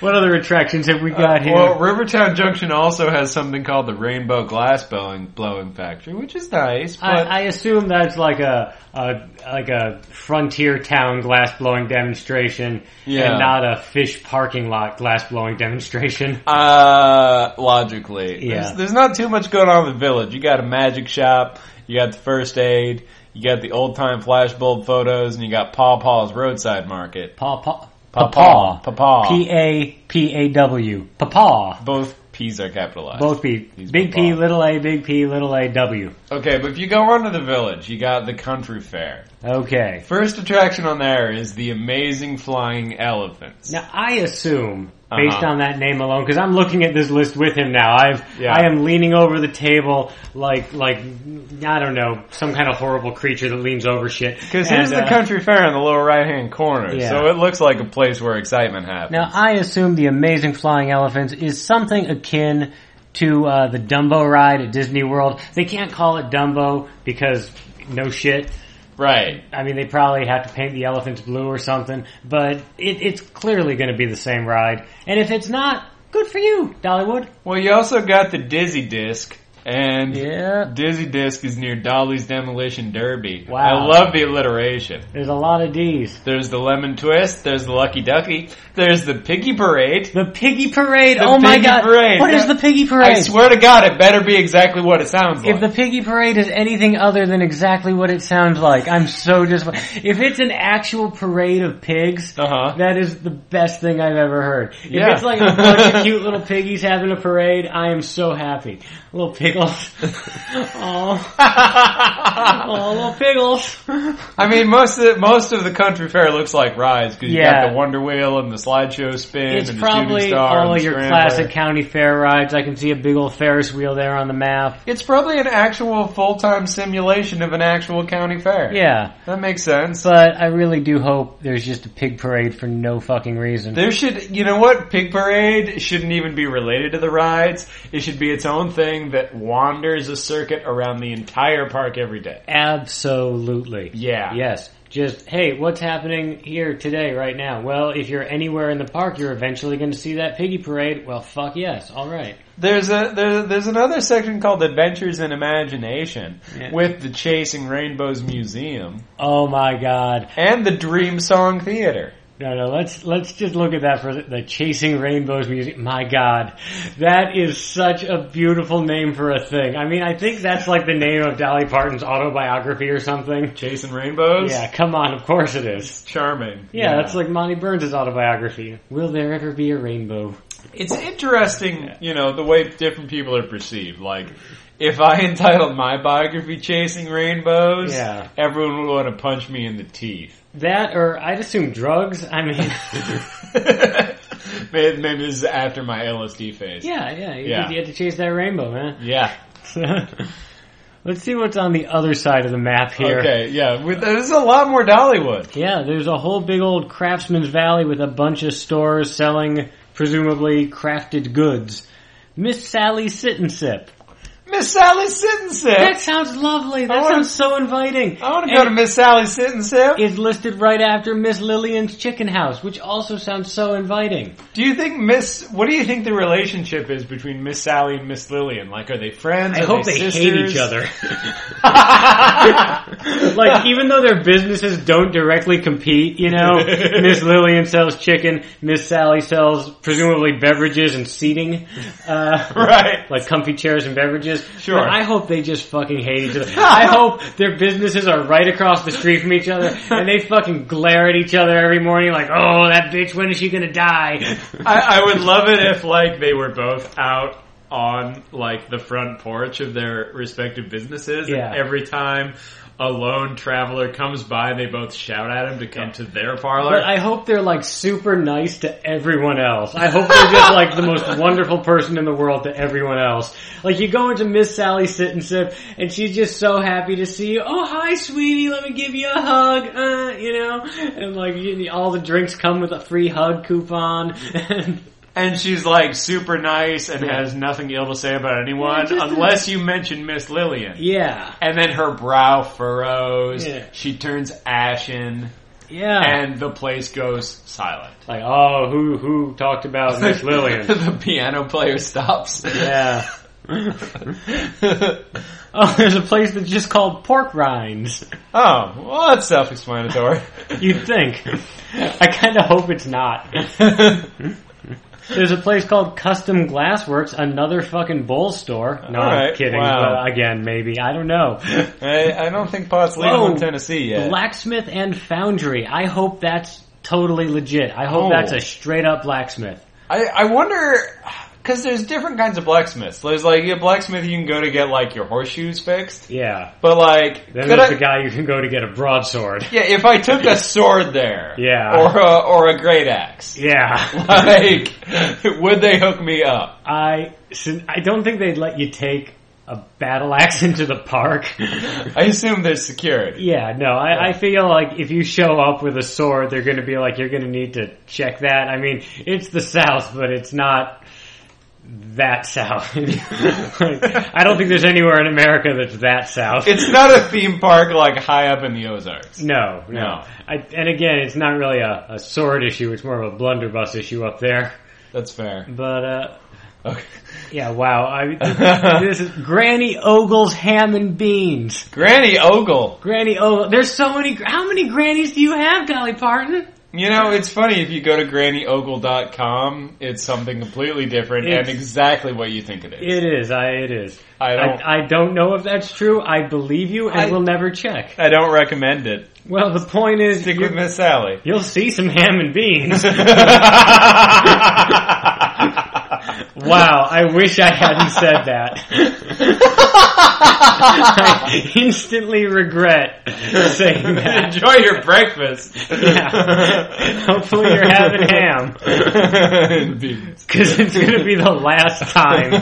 Speaker 1: What other attractions have we got here?
Speaker 2: Uh, Well, Rivertown Junction also has something called the Rainbow Glass Blowing, blowing Factory, which is nice.
Speaker 1: I,
Speaker 2: But
Speaker 1: I assume that's like a, a like a frontier town glass blowing demonstration,
Speaker 2: Yeah.
Speaker 1: and not a fish parking lot glass blowing demonstration.
Speaker 2: Uh, logically,
Speaker 1: Yeah.
Speaker 2: There's, there's not too much going on in the village. You got a magic shop, you got the first aid, you got the old time flashbulb photos, and you got Paw Paw's roadside market.
Speaker 1: Paw paw
Speaker 2: Paw
Speaker 1: paw
Speaker 2: Paw.
Speaker 1: P A P A W paw.
Speaker 2: Both P's are capitalized.
Speaker 1: Both P
Speaker 2: He's
Speaker 1: big P
Speaker 2: papaw.
Speaker 1: little A big P little A W.
Speaker 2: Okay, but if you go on to the village, you got the country fair.
Speaker 1: Okay.
Speaker 2: First attraction on there is the amazing flying elephants.
Speaker 1: Now I assume, based
Speaker 2: Uh-huh.
Speaker 1: on that name alone, because I'm looking at this list with him now. I've
Speaker 2: Yeah.
Speaker 1: I am leaning over the table like like I don't know some kind of horrible creature that leans over shit.
Speaker 2: Because here's
Speaker 1: And,
Speaker 2: the
Speaker 1: uh,
Speaker 2: country fair in the lower right hand corner,
Speaker 1: Yeah.
Speaker 2: so it looks like a place where excitement happens.
Speaker 1: Now I assume the Amazing Flying Elephants is something akin to uh, the Dumbo ride at Disney World. They can't call it Dumbo because no shit.
Speaker 2: right.
Speaker 1: I mean, they probably have to paint the elephants blue or something, but it, it's clearly going to be the same ride. And if it's not, good for you, Dollywood.
Speaker 2: Well, you also got the Dizzy Disc, and
Speaker 1: Yeah.
Speaker 2: Dizzy Disc is near Dolly's Demolition Derby.
Speaker 1: Wow.
Speaker 2: I love the alliteration.
Speaker 1: There's a lot of D's.
Speaker 2: There's the Lemon Twist, there's the Lucky Ducky, there's the Piggy Parade.
Speaker 1: The Piggy Parade.
Speaker 2: The
Speaker 1: oh my
Speaker 2: Piggy
Speaker 1: God!
Speaker 2: Parade.
Speaker 1: What is
Speaker 2: That-
Speaker 1: the Piggy Parade?
Speaker 2: I swear to God, it better be exactly what it sounds like.
Speaker 1: If the Piggy Parade is anything other than exactly what it sounds like, I'm so disappointed. If it's an actual parade of pigs,
Speaker 2: Uh-huh.
Speaker 1: that is the best thing I've ever heard. If
Speaker 2: Yeah.
Speaker 1: it's like a bunch of cute little piggies having a parade, I am so happy. Little pickles. oh, oh, little pickles.
Speaker 2: I mean, most of the, most of the country fair looks like rides because you
Speaker 1: Yeah.
Speaker 2: got the Wonder Wheel and the slideshow spin.
Speaker 1: It's
Speaker 2: and the
Speaker 1: probably
Speaker 2: shooting star
Speaker 1: all
Speaker 2: and the
Speaker 1: your
Speaker 2: scrambler.
Speaker 1: classic county fair rides. I can see a big old Ferris wheel there on the map.
Speaker 2: It's probably an actual full time simulation of an actual county fair.
Speaker 1: Yeah.
Speaker 2: that makes sense.
Speaker 1: But I really do hope there's just a pig parade for no fucking reason.
Speaker 2: There should, you know what? Pig Parade shouldn't even be related to the rides. It should be its own thing that wanders a circuit around the entire park every day.
Speaker 1: Absolutely.
Speaker 2: Yeah.
Speaker 1: Yes. Just, hey, what's happening here today, right now? Well, if you're anywhere in the park, you're eventually going to see that piggy parade. Well, fuck yes. All right.
Speaker 2: There's a there, there's another section called Adventures in Imagination
Speaker 1: Yeah.
Speaker 2: with the Chasing Rainbows Museum
Speaker 1: Oh my god.
Speaker 2: and the Dream Song Theater.
Speaker 1: No, no, let's, let's just look at that for the- the Chasing Rainbows music. My god. That is such a beautiful name for a thing. I mean, I think that's like the name of Dolly Parton's autobiography or something.
Speaker 2: Chasing Rainbows.
Speaker 1: Yeah, come on, of course it is.
Speaker 2: It's charming.
Speaker 1: Yeah, that's like Monty Burns' autobiography. Will there ever be a rainbow?
Speaker 2: It's interesting, you know, the way different people are perceived. Like, if I entitled my biography "Chasing Rainbows,"
Speaker 1: Yeah.
Speaker 2: everyone would want to punch me in the teeth.
Speaker 1: That or I'd assume drugs. I mean,
Speaker 2: maybe, maybe this is after my LSD phase.
Speaker 1: yeah, yeah, you,
Speaker 2: Yeah.
Speaker 1: you had to chase that rainbow, man.
Speaker 2: Yeah.
Speaker 1: Let's see what's on the other side of the map here.
Speaker 2: Okay. Yeah. With, there's a lot more Dollywood.
Speaker 1: Yeah, there's a whole big old craftsman's valley with a bunch of stores selling presumably crafted goods. Miss Sally Sit and Sip.
Speaker 2: Miss Sally Sit and Sip.
Speaker 1: That sounds lovely. That
Speaker 2: wanna-
Speaker 1: sounds so inviting.
Speaker 2: I want to go to
Speaker 1: And
Speaker 2: Miss Sally Sit and Sip.
Speaker 1: It's listed right after Miss Lillian's Chicken House, which also sounds so inviting.
Speaker 2: Do you think Miss? What do you think the relationship is between Miss Sally and Miss Lillian? Like, are they friends?
Speaker 1: I
Speaker 2: Are
Speaker 1: hope they hate
Speaker 2: sisters?
Speaker 1: each other. like even though their businesses don't directly compete, you know, Miss Lillian sells chicken, Miss Sally sells presumably beverages and seating, uh,
Speaker 2: right.
Speaker 1: like comfy chairs and beverages.
Speaker 2: Sure.
Speaker 1: But I hope they just fucking hate each other. I hope their businesses are right across the street from each other, and they fucking glare at each other every morning, like, "Oh, that bitch, when is she gonna die?"
Speaker 2: I, I would love it if like they were both out on like the front porch of their respective businesses,
Speaker 1: Yeah.
Speaker 2: and every time a lone traveler comes by, they both shout at him to come to their parlor.
Speaker 1: But I hope they're like super nice to everyone else. I hope they're just like the most wonderful person in the world to everyone else. Like you go into Miss Sally Sit and Sip and she's just so happy to see you. Oh hi sweetie, let me give you a hug, uh, you know? And like you, all the drinks come with a free hug coupon. And
Speaker 2: and she's like super nice and
Speaker 1: Yeah.
Speaker 2: has nothing ill to say about anyone,
Speaker 1: Yeah, just-
Speaker 2: unless you mention Miss Lillian.
Speaker 1: yeah.
Speaker 2: And then her brow furrows.
Speaker 1: Yeah.
Speaker 2: She turns ashen.
Speaker 1: Yeah.
Speaker 2: and the place goes silent.
Speaker 1: like, oh, who who talked about Miss Lillian?
Speaker 2: the piano player stops.
Speaker 1: yeah. Oh, there's a place that's just called Pork Rinds.
Speaker 2: Oh, well, that's self-explanatory.
Speaker 1: You'd think. I kind of hope it's not. There's a place called Custom Glassworks, another fucking bowl store. No,
Speaker 2: All right,
Speaker 1: I'm kidding.
Speaker 2: wow.
Speaker 1: But again, maybe I don't know.
Speaker 2: I, I don't think pot's legal
Speaker 1: Whoa.
Speaker 2: in Tennessee yet.
Speaker 1: Blacksmith and foundry. I hope that's totally legit. I hope
Speaker 2: Oh.
Speaker 1: that's a straight up blacksmith.
Speaker 2: I, I wonder, because there's different kinds of blacksmiths. There's like a blacksmith you can go to get like your horseshoes fixed,
Speaker 1: Yeah.
Speaker 2: but like,
Speaker 1: Then
Speaker 2: could
Speaker 1: there's
Speaker 2: I-
Speaker 1: the guy you can go to get a broadsword.
Speaker 2: yeah, if I took a sword there,
Speaker 1: Yeah.
Speaker 2: or a, or a great axe,
Speaker 1: Yeah.
Speaker 2: like, would they hook me up?
Speaker 1: I I don't think they'd let you take a battle axe into the park.
Speaker 2: I assume there's security.
Speaker 1: Yeah, no, I, I feel like if you show up with a sword, they're going to be like, you're going to need to check that. I mean, it's the South, but it's not that South. Like, I don't think there's anywhere in America that's that South.
Speaker 2: It's not a theme park like high up in the Ozarks.
Speaker 1: no, no.
Speaker 2: No.
Speaker 1: I, and again, it's not really a, a sword issue. It's more of a blunderbuss issue up there.
Speaker 2: That's fair.
Speaker 1: But, uh,
Speaker 2: Okay.
Speaker 1: yeah, wow. I, this is Granny Ogle's ham and beans.
Speaker 2: Granny Ogle.
Speaker 1: Granny Ogle. There's so many. How many grannies do you have, Dolly Parton?
Speaker 2: You know, it's funny if you go to grannyogle.com, it's something completely different
Speaker 1: It's-
Speaker 2: and exactly what you think it is.
Speaker 1: It is. I. It is.
Speaker 2: I don't-
Speaker 1: I, don't know if that's true. I believe you, and
Speaker 2: I-
Speaker 1: will never check.
Speaker 2: I don't recommend it.
Speaker 1: Well, the point is,
Speaker 2: Stick with
Speaker 1: you,
Speaker 2: Miss Sally.
Speaker 1: will see some ham and beans. wow, I wish I hadn't said that. I instantly regret saying that.
Speaker 2: Enjoy your breakfast.
Speaker 1: Yeah. Hopefully, you're having ham
Speaker 2: Indeed.
Speaker 1: because it's going to be the last time.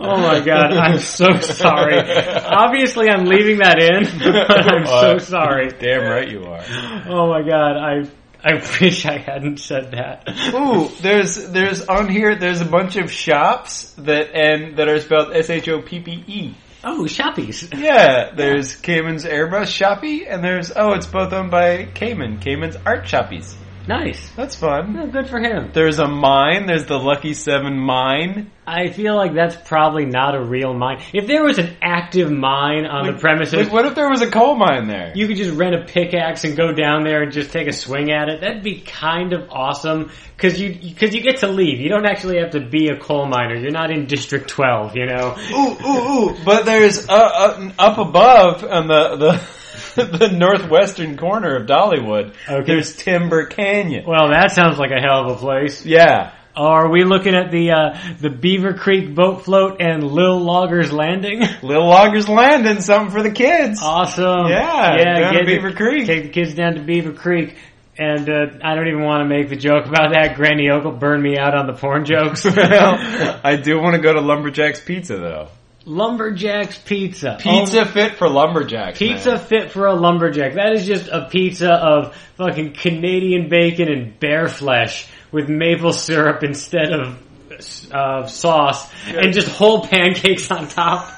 Speaker 1: Oh my god, I'm so sorry. Obviously, I'm leaving that in, but I'm so
Speaker 2: What?
Speaker 1: sorry.
Speaker 2: Damn right you are.
Speaker 1: Oh my god, I I wish I hadn't said that.
Speaker 2: Ooh, there's there's on here there's a bunch of shops that and that are spelled S H O P P E.
Speaker 1: Oh, shoppies.
Speaker 2: Yeah, there's Cayman's Airbrush Shoppy, and there's oh, it's both owned by Cayman. Cayman's Art Shoppies.
Speaker 1: Nice.
Speaker 2: That's fun.
Speaker 1: Oh, good for him.
Speaker 2: There's a mine. There's the Lucky Seven Mine.
Speaker 1: I feel like that's probably not a real mine. If there was an active mine on the premises,
Speaker 2: Like, what if there was a coal mine there?
Speaker 1: you could just rent a pickaxe and go down there and just take a swing at it. That'd be kind of awesome because you because you get to leave. You don't actually have to be a coal miner. You're not in District 12, you know.
Speaker 2: ooh, ooh, ooh! But there's uh, uh, up above on the the the northwestern corner of Dollywood.
Speaker 1: Okay.
Speaker 2: There's Timber Canyon.
Speaker 1: Well, that sounds like a hell of a place.
Speaker 2: Yeah.
Speaker 1: Are we looking at the uh, the Beaver Creek boat float and Lil Loggers Landing?
Speaker 2: Little Loggers Landing, something for the kids.
Speaker 1: Uh, Awesome.
Speaker 2: Yeah, down to
Speaker 1: get the-
Speaker 2: Beaver Creek.
Speaker 1: Take the kids down to Beaver Creek. And uh, I don't even want to make the joke about that. Granny Oak will burn me out on the porn jokes.
Speaker 2: well, I do want to go to Lumberjack's Pizza though.
Speaker 1: Lumberjack's Pizza.
Speaker 2: Pizza
Speaker 1: Oh,
Speaker 2: fit for lumberjacks. man.
Speaker 1: pizza fit for a lumberjack. That is just a pizza of fucking Canadian bacon and bear flesh with maple syrup instead of of sauce and just whole pancakes on top.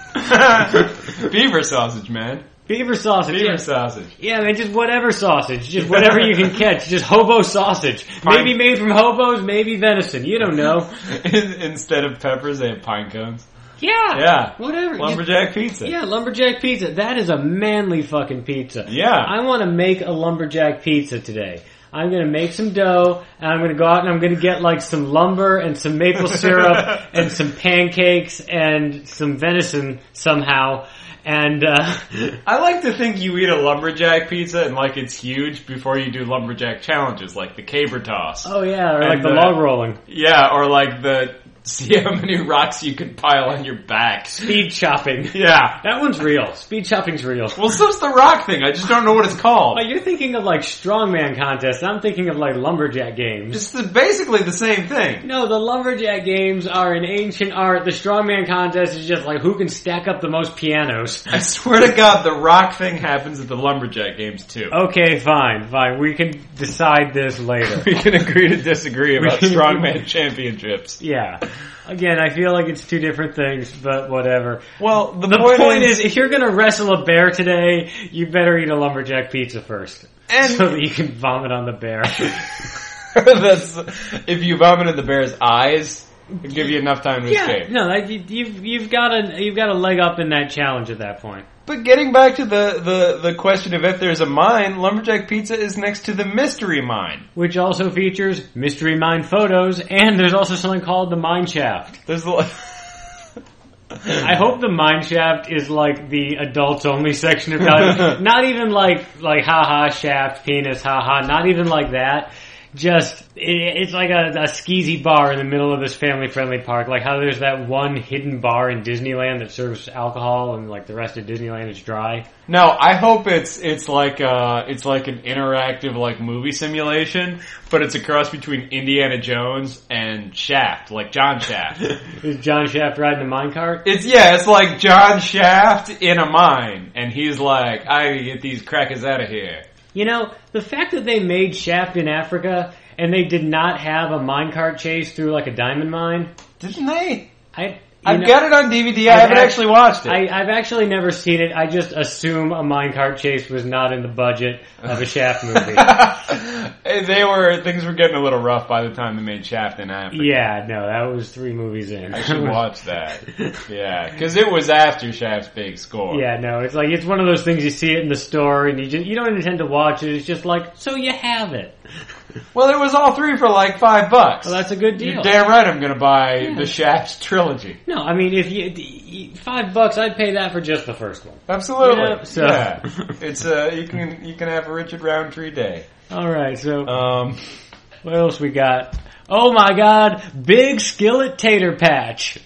Speaker 2: Beaver sausage, man.
Speaker 1: Beaver sausage.
Speaker 2: Beaver
Speaker 1: yeah.
Speaker 2: sausage.
Speaker 1: Yeah, man, just whatever sausage, just whatever you can catch, just hobo sausage.
Speaker 2: Pine-
Speaker 1: Maybe made from hobos, maybe venison. You don't know.
Speaker 2: In, instead of peppers, they have pine cones.
Speaker 1: Yeah,
Speaker 2: Yeah.
Speaker 1: whatever. Just-
Speaker 2: Lumberjack pizza.
Speaker 1: yeah, lumberjack pizza. That is a manly fucking pizza.
Speaker 2: Yeah.
Speaker 1: I want to make a lumberjack pizza today. I'm gonna make some dough, and I'm gonna go out and I'm gonna get like some lumber and some maple syrup and some pancakes and some venison somehow, and uh,
Speaker 2: I like to think you eat a lumberjack pizza and like it's huge before you do lumberjack challenges like the caber toss.
Speaker 1: oh yeah, or like
Speaker 2: And,
Speaker 1: the
Speaker 2: uh,
Speaker 1: log rolling,
Speaker 2: Yeah, or like the see how many rocks you could pile on your back.
Speaker 1: speed chopping.
Speaker 2: Yeah.
Speaker 1: That one's real. Speed chopping's real.
Speaker 2: Well, so's the rock thing. I just don't know what it's called.
Speaker 1: But you're thinking of like strongman contests. I'm thinking of like lumberjack games.
Speaker 2: It's the- basically the same thing.
Speaker 1: No, the lumberjack games are an ancient art. The strongman contest is just like who can stack up the most pianos.
Speaker 2: I swear to God, the rock thing happens at the lumberjack games too.
Speaker 1: Okay, fine, fine. We can decide this later.
Speaker 2: We can agree to disagree about
Speaker 1: We-
Speaker 2: strongman championships.
Speaker 1: Yeah. Again, I feel like it's two different things, but whatever.
Speaker 2: Well, the,
Speaker 1: The point, is, if you're gonna wrestle a bear today, you better eat a lumberjack pizza first,
Speaker 2: And-
Speaker 1: so that you can vomit on the bear.
Speaker 2: that's if you vomit in the bear's eyes, it'll give you enough time to
Speaker 1: yeah,
Speaker 2: escape.
Speaker 1: no, like, you, you've you've got a you've got a leg up in that challenge at that point.
Speaker 2: But getting back to the, the, the question of if there's a mine, Lumberjack Pizza is next to the mystery mine.
Speaker 1: which also features mystery mine photos, and there's also something called the mine shaft.
Speaker 2: There's the
Speaker 1: I hope the mine shaft is like the adults only section of Valley. not even like like haha shaft penis haha. Not even like that. Just it, it's like a, a skeezy bar in the middle of this family friendly park. Like how there's that one hidden bar in Disneyland that serves alcohol, and like the rest of Disneyland is dry.
Speaker 2: No, I hope it's it's like uh it's like an interactive like movie simulation, but it's a cross between Indiana Jones and Shaft, like John Shaft.
Speaker 1: Is John Shaft riding the mine cart?
Speaker 2: it's yeah, it's like John Shaft in a mine, and he's like, I gotta get these crackers out of here.
Speaker 1: You know, the fact that they made Shaft in Africa and they did not have a minecart chase through like a diamond mine,
Speaker 2: Didn't they?
Speaker 1: I you
Speaker 2: I've
Speaker 1: know,
Speaker 2: got it on DVD. I
Speaker 1: I've
Speaker 2: haven't
Speaker 1: act-
Speaker 2: actually watched it.
Speaker 1: I, I've actually never seen it. I just assume a minecart chase was not in the budget of a Shaft movie.
Speaker 2: Hey, they were things were getting a little rough by the time they made Shaft and Africa.
Speaker 1: yeah, no, that was three movies in.
Speaker 2: I should watch that. Yeah, because it was after Shaft's big score.
Speaker 1: yeah, no, it's like it's one of those things you see it in the store and you just, you don't intend to watch it. It's just like so you have it.
Speaker 2: Well, it was all three for like five bucks.
Speaker 1: Well, that's a good deal.
Speaker 2: You're damn right. I'm gonna buy the Shaft trilogy.
Speaker 1: no, I mean if you five bucks, I'd pay that for just the first one.
Speaker 2: Absolutely.
Speaker 1: Yeah, so-
Speaker 2: Yeah. It's uh, you can you can have a Richard Roundtree day.
Speaker 1: All right, so
Speaker 2: Um,
Speaker 1: What else we got? Oh my god, Big Skillet Tater Patch.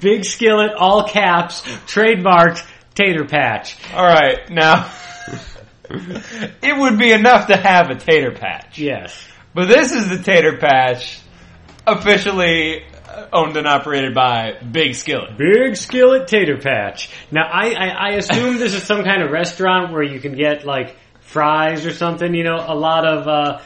Speaker 1: Big Skillet, all caps, trademarked Tater Patch.
Speaker 2: all right, now it would be enough to have a tater patch.
Speaker 1: Yes.
Speaker 2: But this is the Tater Patch, officially owned and operated by Big Skillet.
Speaker 1: Big Skillet Tater Patch. Now, I, I, I assume this is some kind of restaurant where you can get, like, fries or something. You know, a lot of, uh,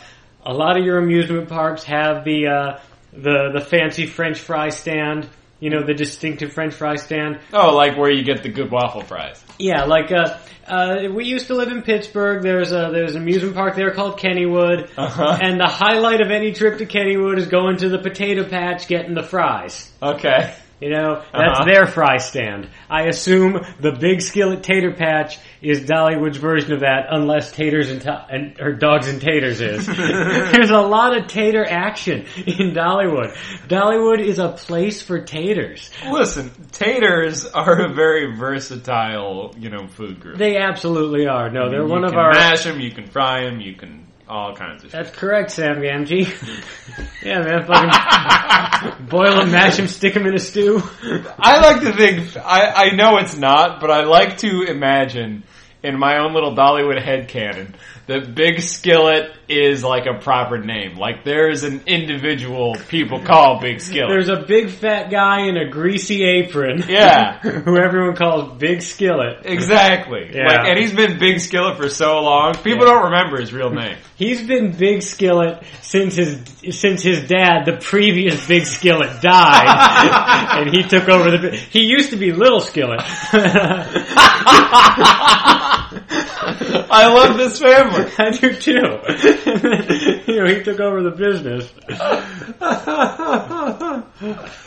Speaker 1: a lot of your amusement parks have the, uh, the, the fancy French fry stand. You know, the distinctive French fry stand.
Speaker 2: Oh, like where you get the good waffle fries.
Speaker 1: Yeah, like uh, uh, we used to live in Pittsburgh. There's a there's an amusement park there called Kennywood,
Speaker 2: Uh-huh.
Speaker 1: and the highlight of any trip to Kennywood is going to the potato patch, getting the fries.
Speaker 2: Okay.
Speaker 1: You know, that's
Speaker 2: Uh-huh.
Speaker 1: their fry stand. I assume the big skillet tater patch is Dollywood's version of that, unless taters and, to- and or dogs and taters is. There's a lot of tater action in Dollywood. Dollywood is a place for taters.
Speaker 2: Listen, taters are a very versatile, you know, food group.
Speaker 1: They absolutely are. No, they're one
Speaker 2: you
Speaker 1: of
Speaker 2: can
Speaker 1: our
Speaker 2: mash them, you can fry them, you can all kinds of shit.
Speaker 1: That's correct, Sam Gamgee. yeah, man, fucking boil them, mash them, stick them in a stew.
Speaker 2: I like to think I, I know it's not, but I like to imagine in my own little Dollywood headcanon that Big Skillet is like a proper name. Like there is an individual people call Big Skillet.
Speaker 1: There's a big fat guy in a greasy apron.
Speaker 2: Yeah.
Speaker 1: who everyone calls Big Skillet.
Speaker 2: exactly.
Speaker 1: Yeah.
Speaker 2: Like and he's been Big Skillet for so long, people
Speaker 1: Yeah.
Speaker 2: don't remember his real name.
Speaker 1: He's been Big Skillet since his since his dad, the previous Big Skillet, died, and he took over the. bi- He used to be Little Skillet.
Speaker 2: I love this family.
Speaker 1: I do too. you know, he took over the business.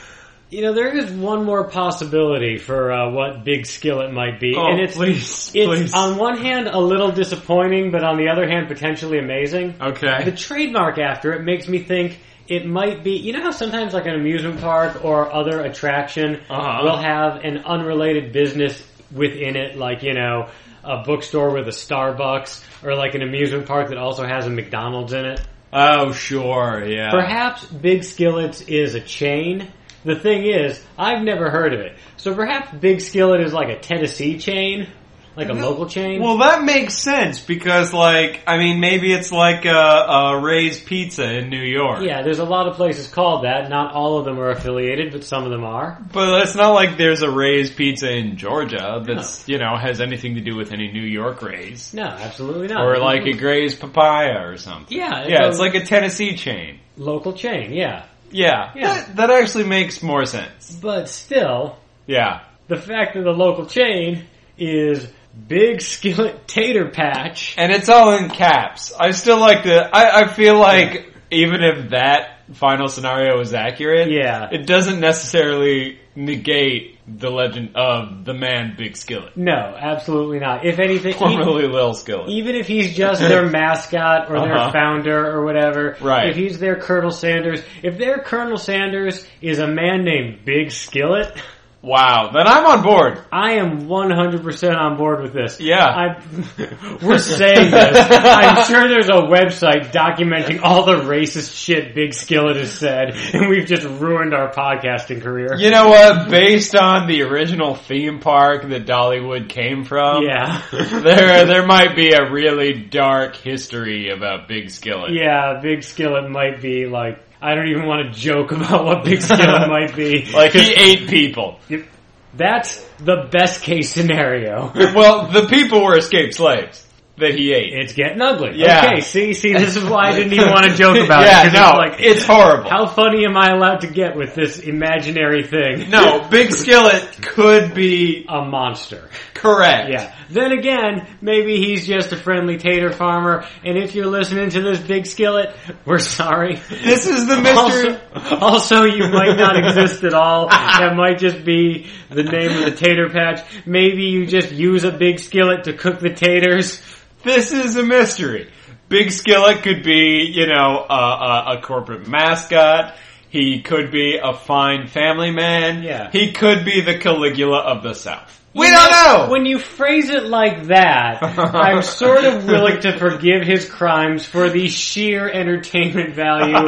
Speaker 1: You know, there is one more possibility for uh, what Big Skillet might be,
Speaker 2: Oh,
Speaker 1: and it's
Speaker 2: please,
Speaker 1: it's
Speaker 2: please.
Speaker 1: on one hand a little disappointing, but on the other hand potentially amazing. The
Speaker 2: okay.
Speaker 1: trademark after it makes me think it might be. You know how sometimes like an amusement park or other attraction
Speaker 2: Uh-huh.
Speaker 1: will have an unrelated business within it, like you know a bookstore with a Starbucks or like an amusement park that also has a McDonald's in it.
Speaker 2: Oh sure, yeah.
Speaker 1: Perhaps Big Skillets is a chain. The thing is, I've never heard of it. So perhaps Big Skillet is like a Tennessee chain, like a local chain.
Speaker 2: Well, that makes sense because, like, I mean, maybe it's like a, a Ray's Pizza in New York.
Speaker 1: yeah, there's a lot of places called that. Not all of them are affiliated, but some of them are.
Speaker 2: But it's not like there's a Ray's Pizza in Georgia that's, you know, has anything to do with any New York Ray's.
Speaker 1: No, absolutely not.
Speaker 2: Or like a Gray's Papaya or something.
Speaker 1: yeah,
Speaker 2: Yeah,
Speaker 1: a
Speaker 2: it's like a Tennessee chain.
Speaker 1: local chain. Yeah,
Speaker 2: Yeah,
Speaker 1: Yeah.
Speaker 2: That, that actually makes more sense.
Speaker 1: But still,
Speaker 2: Yeah,
Speaker 1: the fact that the local chain is Big Skillet Tater Patch.
Speaker 2: and it's all in caps. I still like the. I, I feel like even if that final scenario was accurate,
Speaker 1: Yeah.
Speaker 2: it doesn't necessarily negate the legend of the man Big Skillet,
Speaker 1: No, absolutely not. If anything, e-
Speaker 2: formerly Lil Skillet.
Speaker 1: even if he's just their mascot or
Speaker 2: Uh-huh.
Speaker 1: their founder or whatever,
Speaker 2: Right.
Speaker 1: if he's their Colonel Sanders, if their Colonel Sanders is a man named Big Skillet,
Speaker 2: Wow, then I'm on board.
Speaker 1: I am 100% on board with this.
Speaker 2: Yeah.
Speaker 1: I, we're saying this. I'm sure there's a website documenting all the racist shit Big Skillet has said, and we've just ruined our podcasting career.
Speaker 2: You know what? Based on the original theme park that Dollywood came from,
Speaker 1: Yeah.
Speaker 2: there there might be a really dark history about Big Skillet.
Speaker 1: Yeah, Big Skillet might be like, I don't even want to joke about what Big Skillet might be.
Speaker 2: Like he ate people.
Speaker 1: Yep. That's the best case scenario.
Speaker 2: Well, the people were escaped slaves that he ate.
Speaker 1: It's getting ugly.
Speaker 2: Yeah.
Speaker 1: Okay, see, see, this is why I didn't even want to joke about
Speaker 2: yeah,
Speaker 1: it. 'cause
Speaker 2: no,
Speaker 1: it's like,
Speaker 2: it's horrible.
Speaker 1: how funny am I allowed to get with this imaginary thing?
Speaker 2: no, Big Skillet could be
Speaker 1: A monster.
Speaker 2: correct.
Speaker 1: Yeah. Then again, maybe he's just a friendly tater farmer, and if you're listening to this big skillet, we're sorry.
Speaker 2: This is the mystery.
Speaker 1: Also, also, you might not exist at all. That might just be the name of the tater patch. Maybe you just use a big skillet to cook the taters.
Speaker 2: This is a mystery. Big Skillet could be, you know, a, a, a corporate mascot. He could be a fine family man.
Speaker 1: Yeah.
Speaker 2: He could be the Caligula of the South. We
Speaker 1: You
Speaker 2: don't know.
Speaker 1: When you phrase it like that, I'm sort of willing to forgive his crimes for the sheer entertainment value of,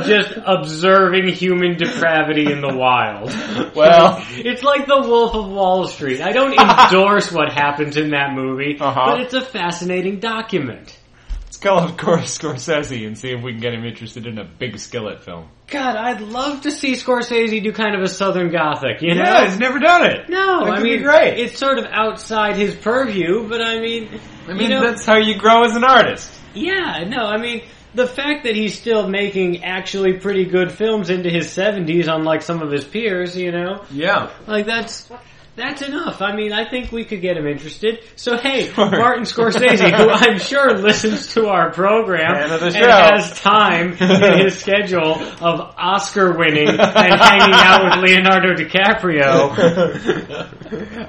Speaker 1: of just observing human depravity in the wild.
Speaker 2: Well-
Speaker 1: it's like The Wolf of Wall Street. I don't endorse what happens in that movie,
Speaker 2: Uh-huh.
Speaker 1: but it's a fascinating document.
Speaker 2: Let's call up Cor- Scorsese and see if we can get him interested in a Big Skillet film.
Speaker 1: God, I'd love to see Scorsese do kind of a Southern Gothic, you know?
Speaker 2: Yeah, he's never done it.
Speaker 1: No,
Speaker 2: That
Speaker 1: I
Speaker 2: could be
Speaker 1: mean,
Speaker 2: great.
Speaker 1: it's sort of outside his purview, but I mean,
Speaker 2: I mean,
Speaker 1: you know,
Speaker 2: that's how you grow as an artist.
Speaker 1: Yeah, no, I mean, the fact that he's still making actually pretty good films into his 70s, unlike some of his peers, you know,
Speaker 2: Yeah.
Speaker 1: like that's. That's enough. I mean, I think we could get him interested. So hey,
Speaker 2: Sure.
Speaker 1: Martin Scorsese, who I'm sure listens to our program
Speaker 2: Fan of the
Speaker 1: and
Speaker 2: show.
Speaker 1: has time in his schedule of Oscar winning and hanging out with Leonardo DiCaprio,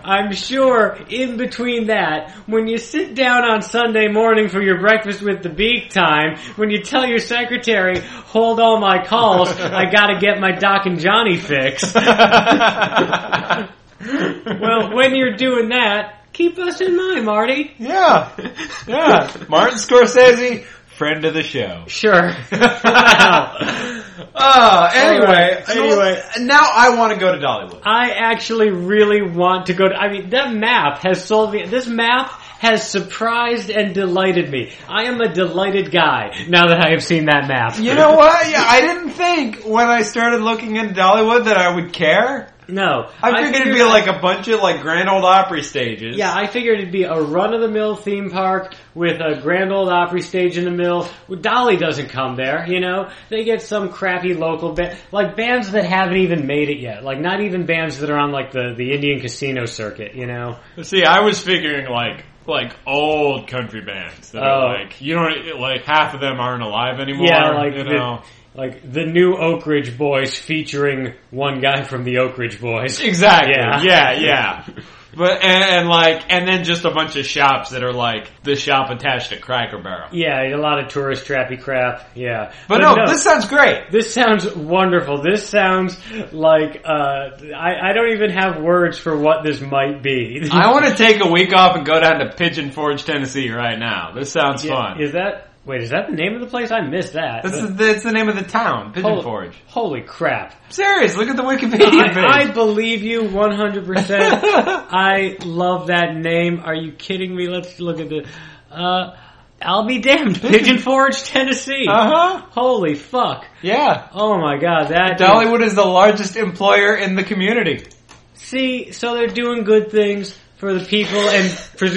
Speaker 1: I'm sure in between that, when you sit down on Sunday morning for your breakfast with the beak time, when you tell your secretary, hold all my calls, I gotta get my Doc and Johnny fix. Well, when you're doing that, keep us in mind, Marty.
Speaker 2: Yeah. Yeah. Martin Scorsese, friend of the show.
Speaker 1: Sure.
Speaker 2: uh, anyway,
Speaker 1: Alright, anyway.
Speaker 2: so now I want to go to Dollywood.
Speaker 1: I actually really want to go to, I mean, that map has sold me, this map has surprised and delighted me. I am a delighted guy now that I have seen that map.
Speaker 2: You know what? Yeah, I didn't think when I started looking into Dollywood that I would care.
Speaker 1: No.
Speaker 2: I figured, it'd be like a bunch of like Grand Old Opry stages.
Speaker 1: Yeah, I figured it'd be a run of the mill theme park with a grand old Opry stage in the mill. Well, Dolly doesn't come there, you know? They get some crappy local band, like bands that haven't even made it yet. Like not even bands that are on like the, the Indian casino circuit, you know?
Speaker 2: See, I was figuring like like old country bands that
Speaker 1: Oh.
Speaker 2: are like you don't like half of them aren't alive anymore.
Speaker 1: yeah, like
Speaker 2: you
Speaker 1: the,
Speaker 2: know.
Speaker 1: like the new Oak Ridge Boys featuring one guy from the Oak Ridge Boys.
Speaker 2: Exactly.
Speaker 1: Yeah.
Speaker 2: Yeah, yeah. But and, and like and then just a bunch of shops that are like the shop attached to Cracker Barrel.
Speaker 1: Yeah, a lot of tourist trappy crap. Yeah.
Speaker 2: But no, this sounds great.
Speaker 1: This sounds wonderful. This sounds like uh, I, I don't even have words for what this might be.
Speaker 2: I want to take a week off and go down to Pigeon Forge, Tennessee right now. This sounds fun.
Speaker 1: Is that wait? Is that the name of the place? I missed that.
Speaker 2: this is that's the name of the town, Pigeon
Speaker 1: Holy-
Speaker 2: Forge.
Speaker 1: Holy crap!
Speaker 2: Serious, look at the Wikipedia
Speaker 1: I, I
Speaker 2: page.
Speaker 1: believe you one hundred percent. I love that name. Are you kidding me? Let's look at the. Uh, I'll be damned. Pigeon Forge, Tennessee.
Speaker 2: uh huh.
Speaker 1: Holy fuck!
Speaker 2: Yeah.
Speaker 1: Oh my god, that is-
Speaker 2: Dollywood is the largest employer in the community.
Speaker 1: See, so they're doing good things. for the people and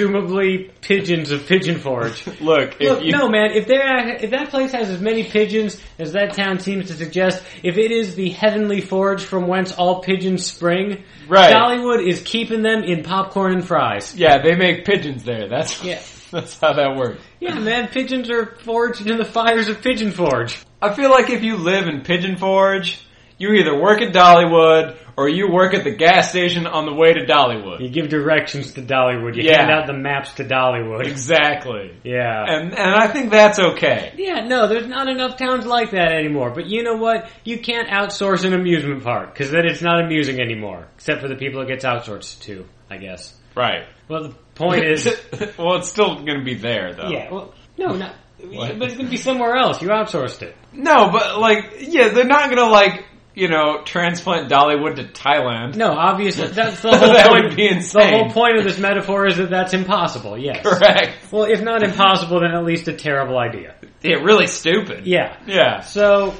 Speaker 1: presumably pigeons of Pigeon Forge.
Speaker 2: Look, if
Speaker 1: Look,
Speaker 2: you,
Speaker 1: no, man. If there, if that place has as many pigeons as that town seems to suggest, if it is the heavenly forge from whence all pigeons spring,
Speaker 2: Right.
Speaker 1: Dollywood is keeping them in popcorn and fries.
Speaker 2: yeah, they make pigeons there. That's
Speaker 1: Yeah.
Speaker 2: that's how that works.
Speaker 1: Yeah, man. Pigeons are forged in the fires of Pigeon Forge.
Speaker 2: I feel like if you live in Pigeon Forge, you either work at Dollywood or you work at the gas station on the way to Dollywood.
Speaker 1: You give directions to Dollywood. You
Speaker 2: Yeah.
Speaker 1: hand out the maps to Dollywood.
Speaker 2: Exactly.
Speaker 1: Yeah.
Speaker 2: And and I think that's okay.
Speaker 1: Yeah, no, there's not enough towns like that anymore. But you know what? You can't outsource an amusement park because then it's not amusing anymore, except for the people it gets outsourced to, I guess.
Speaker 2: Right.
Speaker 1: Well, the point is,
Speaker 2: well, it's still going to be there though.
Speaker 1: yeah, well, no, not.
Speaker 2: Oh. What?
Speaker 1: But it's gonna be somewhere else. You outsourced it.
Speaker 2: No, but like, yeah, they're not going to like, you know, transplant Dollywood to Thailand.
Speaker 1: No, obviously that's the whole
Speaker 2: That
Speaker 1: point.
Speaker 2: would be
Speaker 1: The
Speaker 2: insane.
Speaker 1: whole point of this metaphor is that that's impossible. Yes.
Speaker 2: Correct.
Speaker 1: Well, if not impossible, then at least a terrible idea.
Speaker 2: Yeah, really stupid.
Speaker 1: Yeah.
Speaker 2: Yeah.
Speaker 1: So,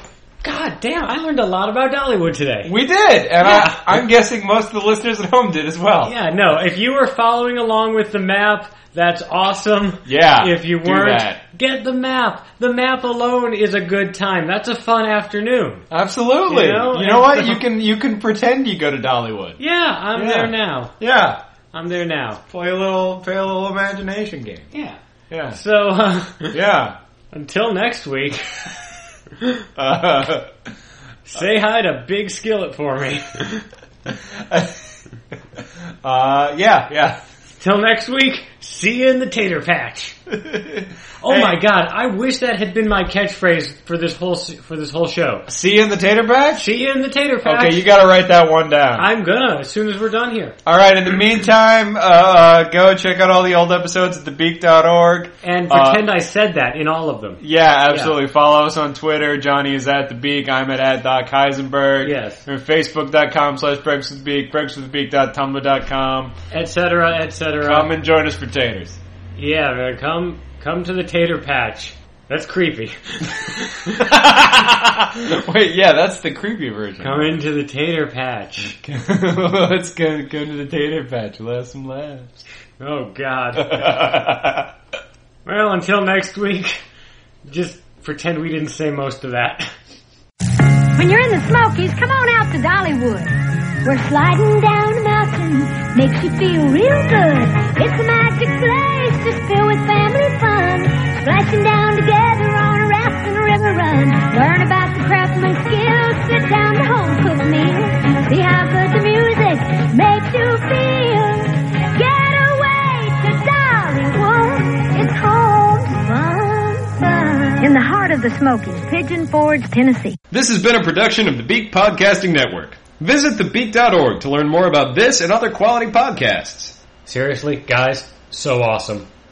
Speaker 1: god damn, I learned a lot about Dollywood today.
Speaker 2: We did, and
Speaker 1: Yeah.
Speaker 2: I, I'm guessing most of the listeners at home did as well.
Speaker 1: Yeah, no. If you were following along with the map, that's awesome.
Speaker 2: Yeah,
Speaker 1: If you
Speaker 2: do
Speaker 1: weren't,
Speaker 2: that.
Speaker 1: get the map. The map alone is a good time. That's a fun afternoon.
Speaker 2: Absolutely.
Speaker 1: You know,
Speaker 2: You know what?
Speaker 1: and-
Speaker 2: You can you can pretend you go to Dollywood.
Speaker 1: Yeah, I'm
Speaker 2: Yeah.
Speaker 1: there now.
Speaker 2: Yeah.
Speaker 1: I'm there now.
Speaker 2: Play a little play a little imagination game.
Speaker 1: Yeah.
Speaker 2: Yeah.
Speaker 1: So uh,
Speaker 2: Yeah.
Speaker 1: until next week,
Speaker 2: Uh,
Speaker 1: say hi to Big Skillet for me.
Speaker 2: uh, yeah,
Speaker 1: Till next week, see you in the tater patch.
Speaker 2: yeah.
Speaker 1: Oh
Speaker 2: Hey,
Speaker 1: my god, I wish that had been my catchphrase for this whole s- for this whole show.
Speaker 2: See you in the tater patch?
Speaker 1: See you in the tater patch.
Speaker 2: Okay, you gotta write that one down.
Speaker 1: I'm gonna as soon as we're done here.
Speaker 2: All right. In the meantime, uh, uh, go check out all the old episodes at thebeak.org.
Speaker 1: And
Speaker 2: Uh,
Speaker 1: pretend I said that in all of them.
Speaker 2: Yeah, absolutely. Follow us on Twitter. Johnny is at the beak. I'm at at Doc Heisenberg.
Speaker 1: Yes.
Speaker 2: Or Facebook.com slash breakfast with the beak. Breakfast with the beak.tumblr.com.
Speaker 1: Et cetera, et cetera.
Speaker 2: Come and join us for taters.
Speaker 1: Yeah, man, come come to the tater patch. That's creepy.
Speaker 2: Wait, yeah, that's the creepy version.
Speaker 1: Come into the tater patch.
Speaker 2: Let's go, go to the tater patch. We'll have some laughs.
Speaker 1: Oh god. Well, until next week, just pretend we didn't say most of that.
Speaker 3: When you're in the Smokies, come on out to Dollywood. We're sliding down a mountain, makes you feel real good. It's a magic place just filled with family fun. Splashing down together on a raft and a river run. Learn about the craftsman skills, sit down to home cooked meal. See how good the music makes you feel. Get away to Dollywood, it's home to fun, fun. In the heart of the Smokies, Pigeon Forge, Tennessee.
Speaker 2: This has been a production of the Beak Podcasting Network. Visit thebeak.org to learn more about this and other quality podcasts.
Speaker 1: Seriously, guys, so awesome.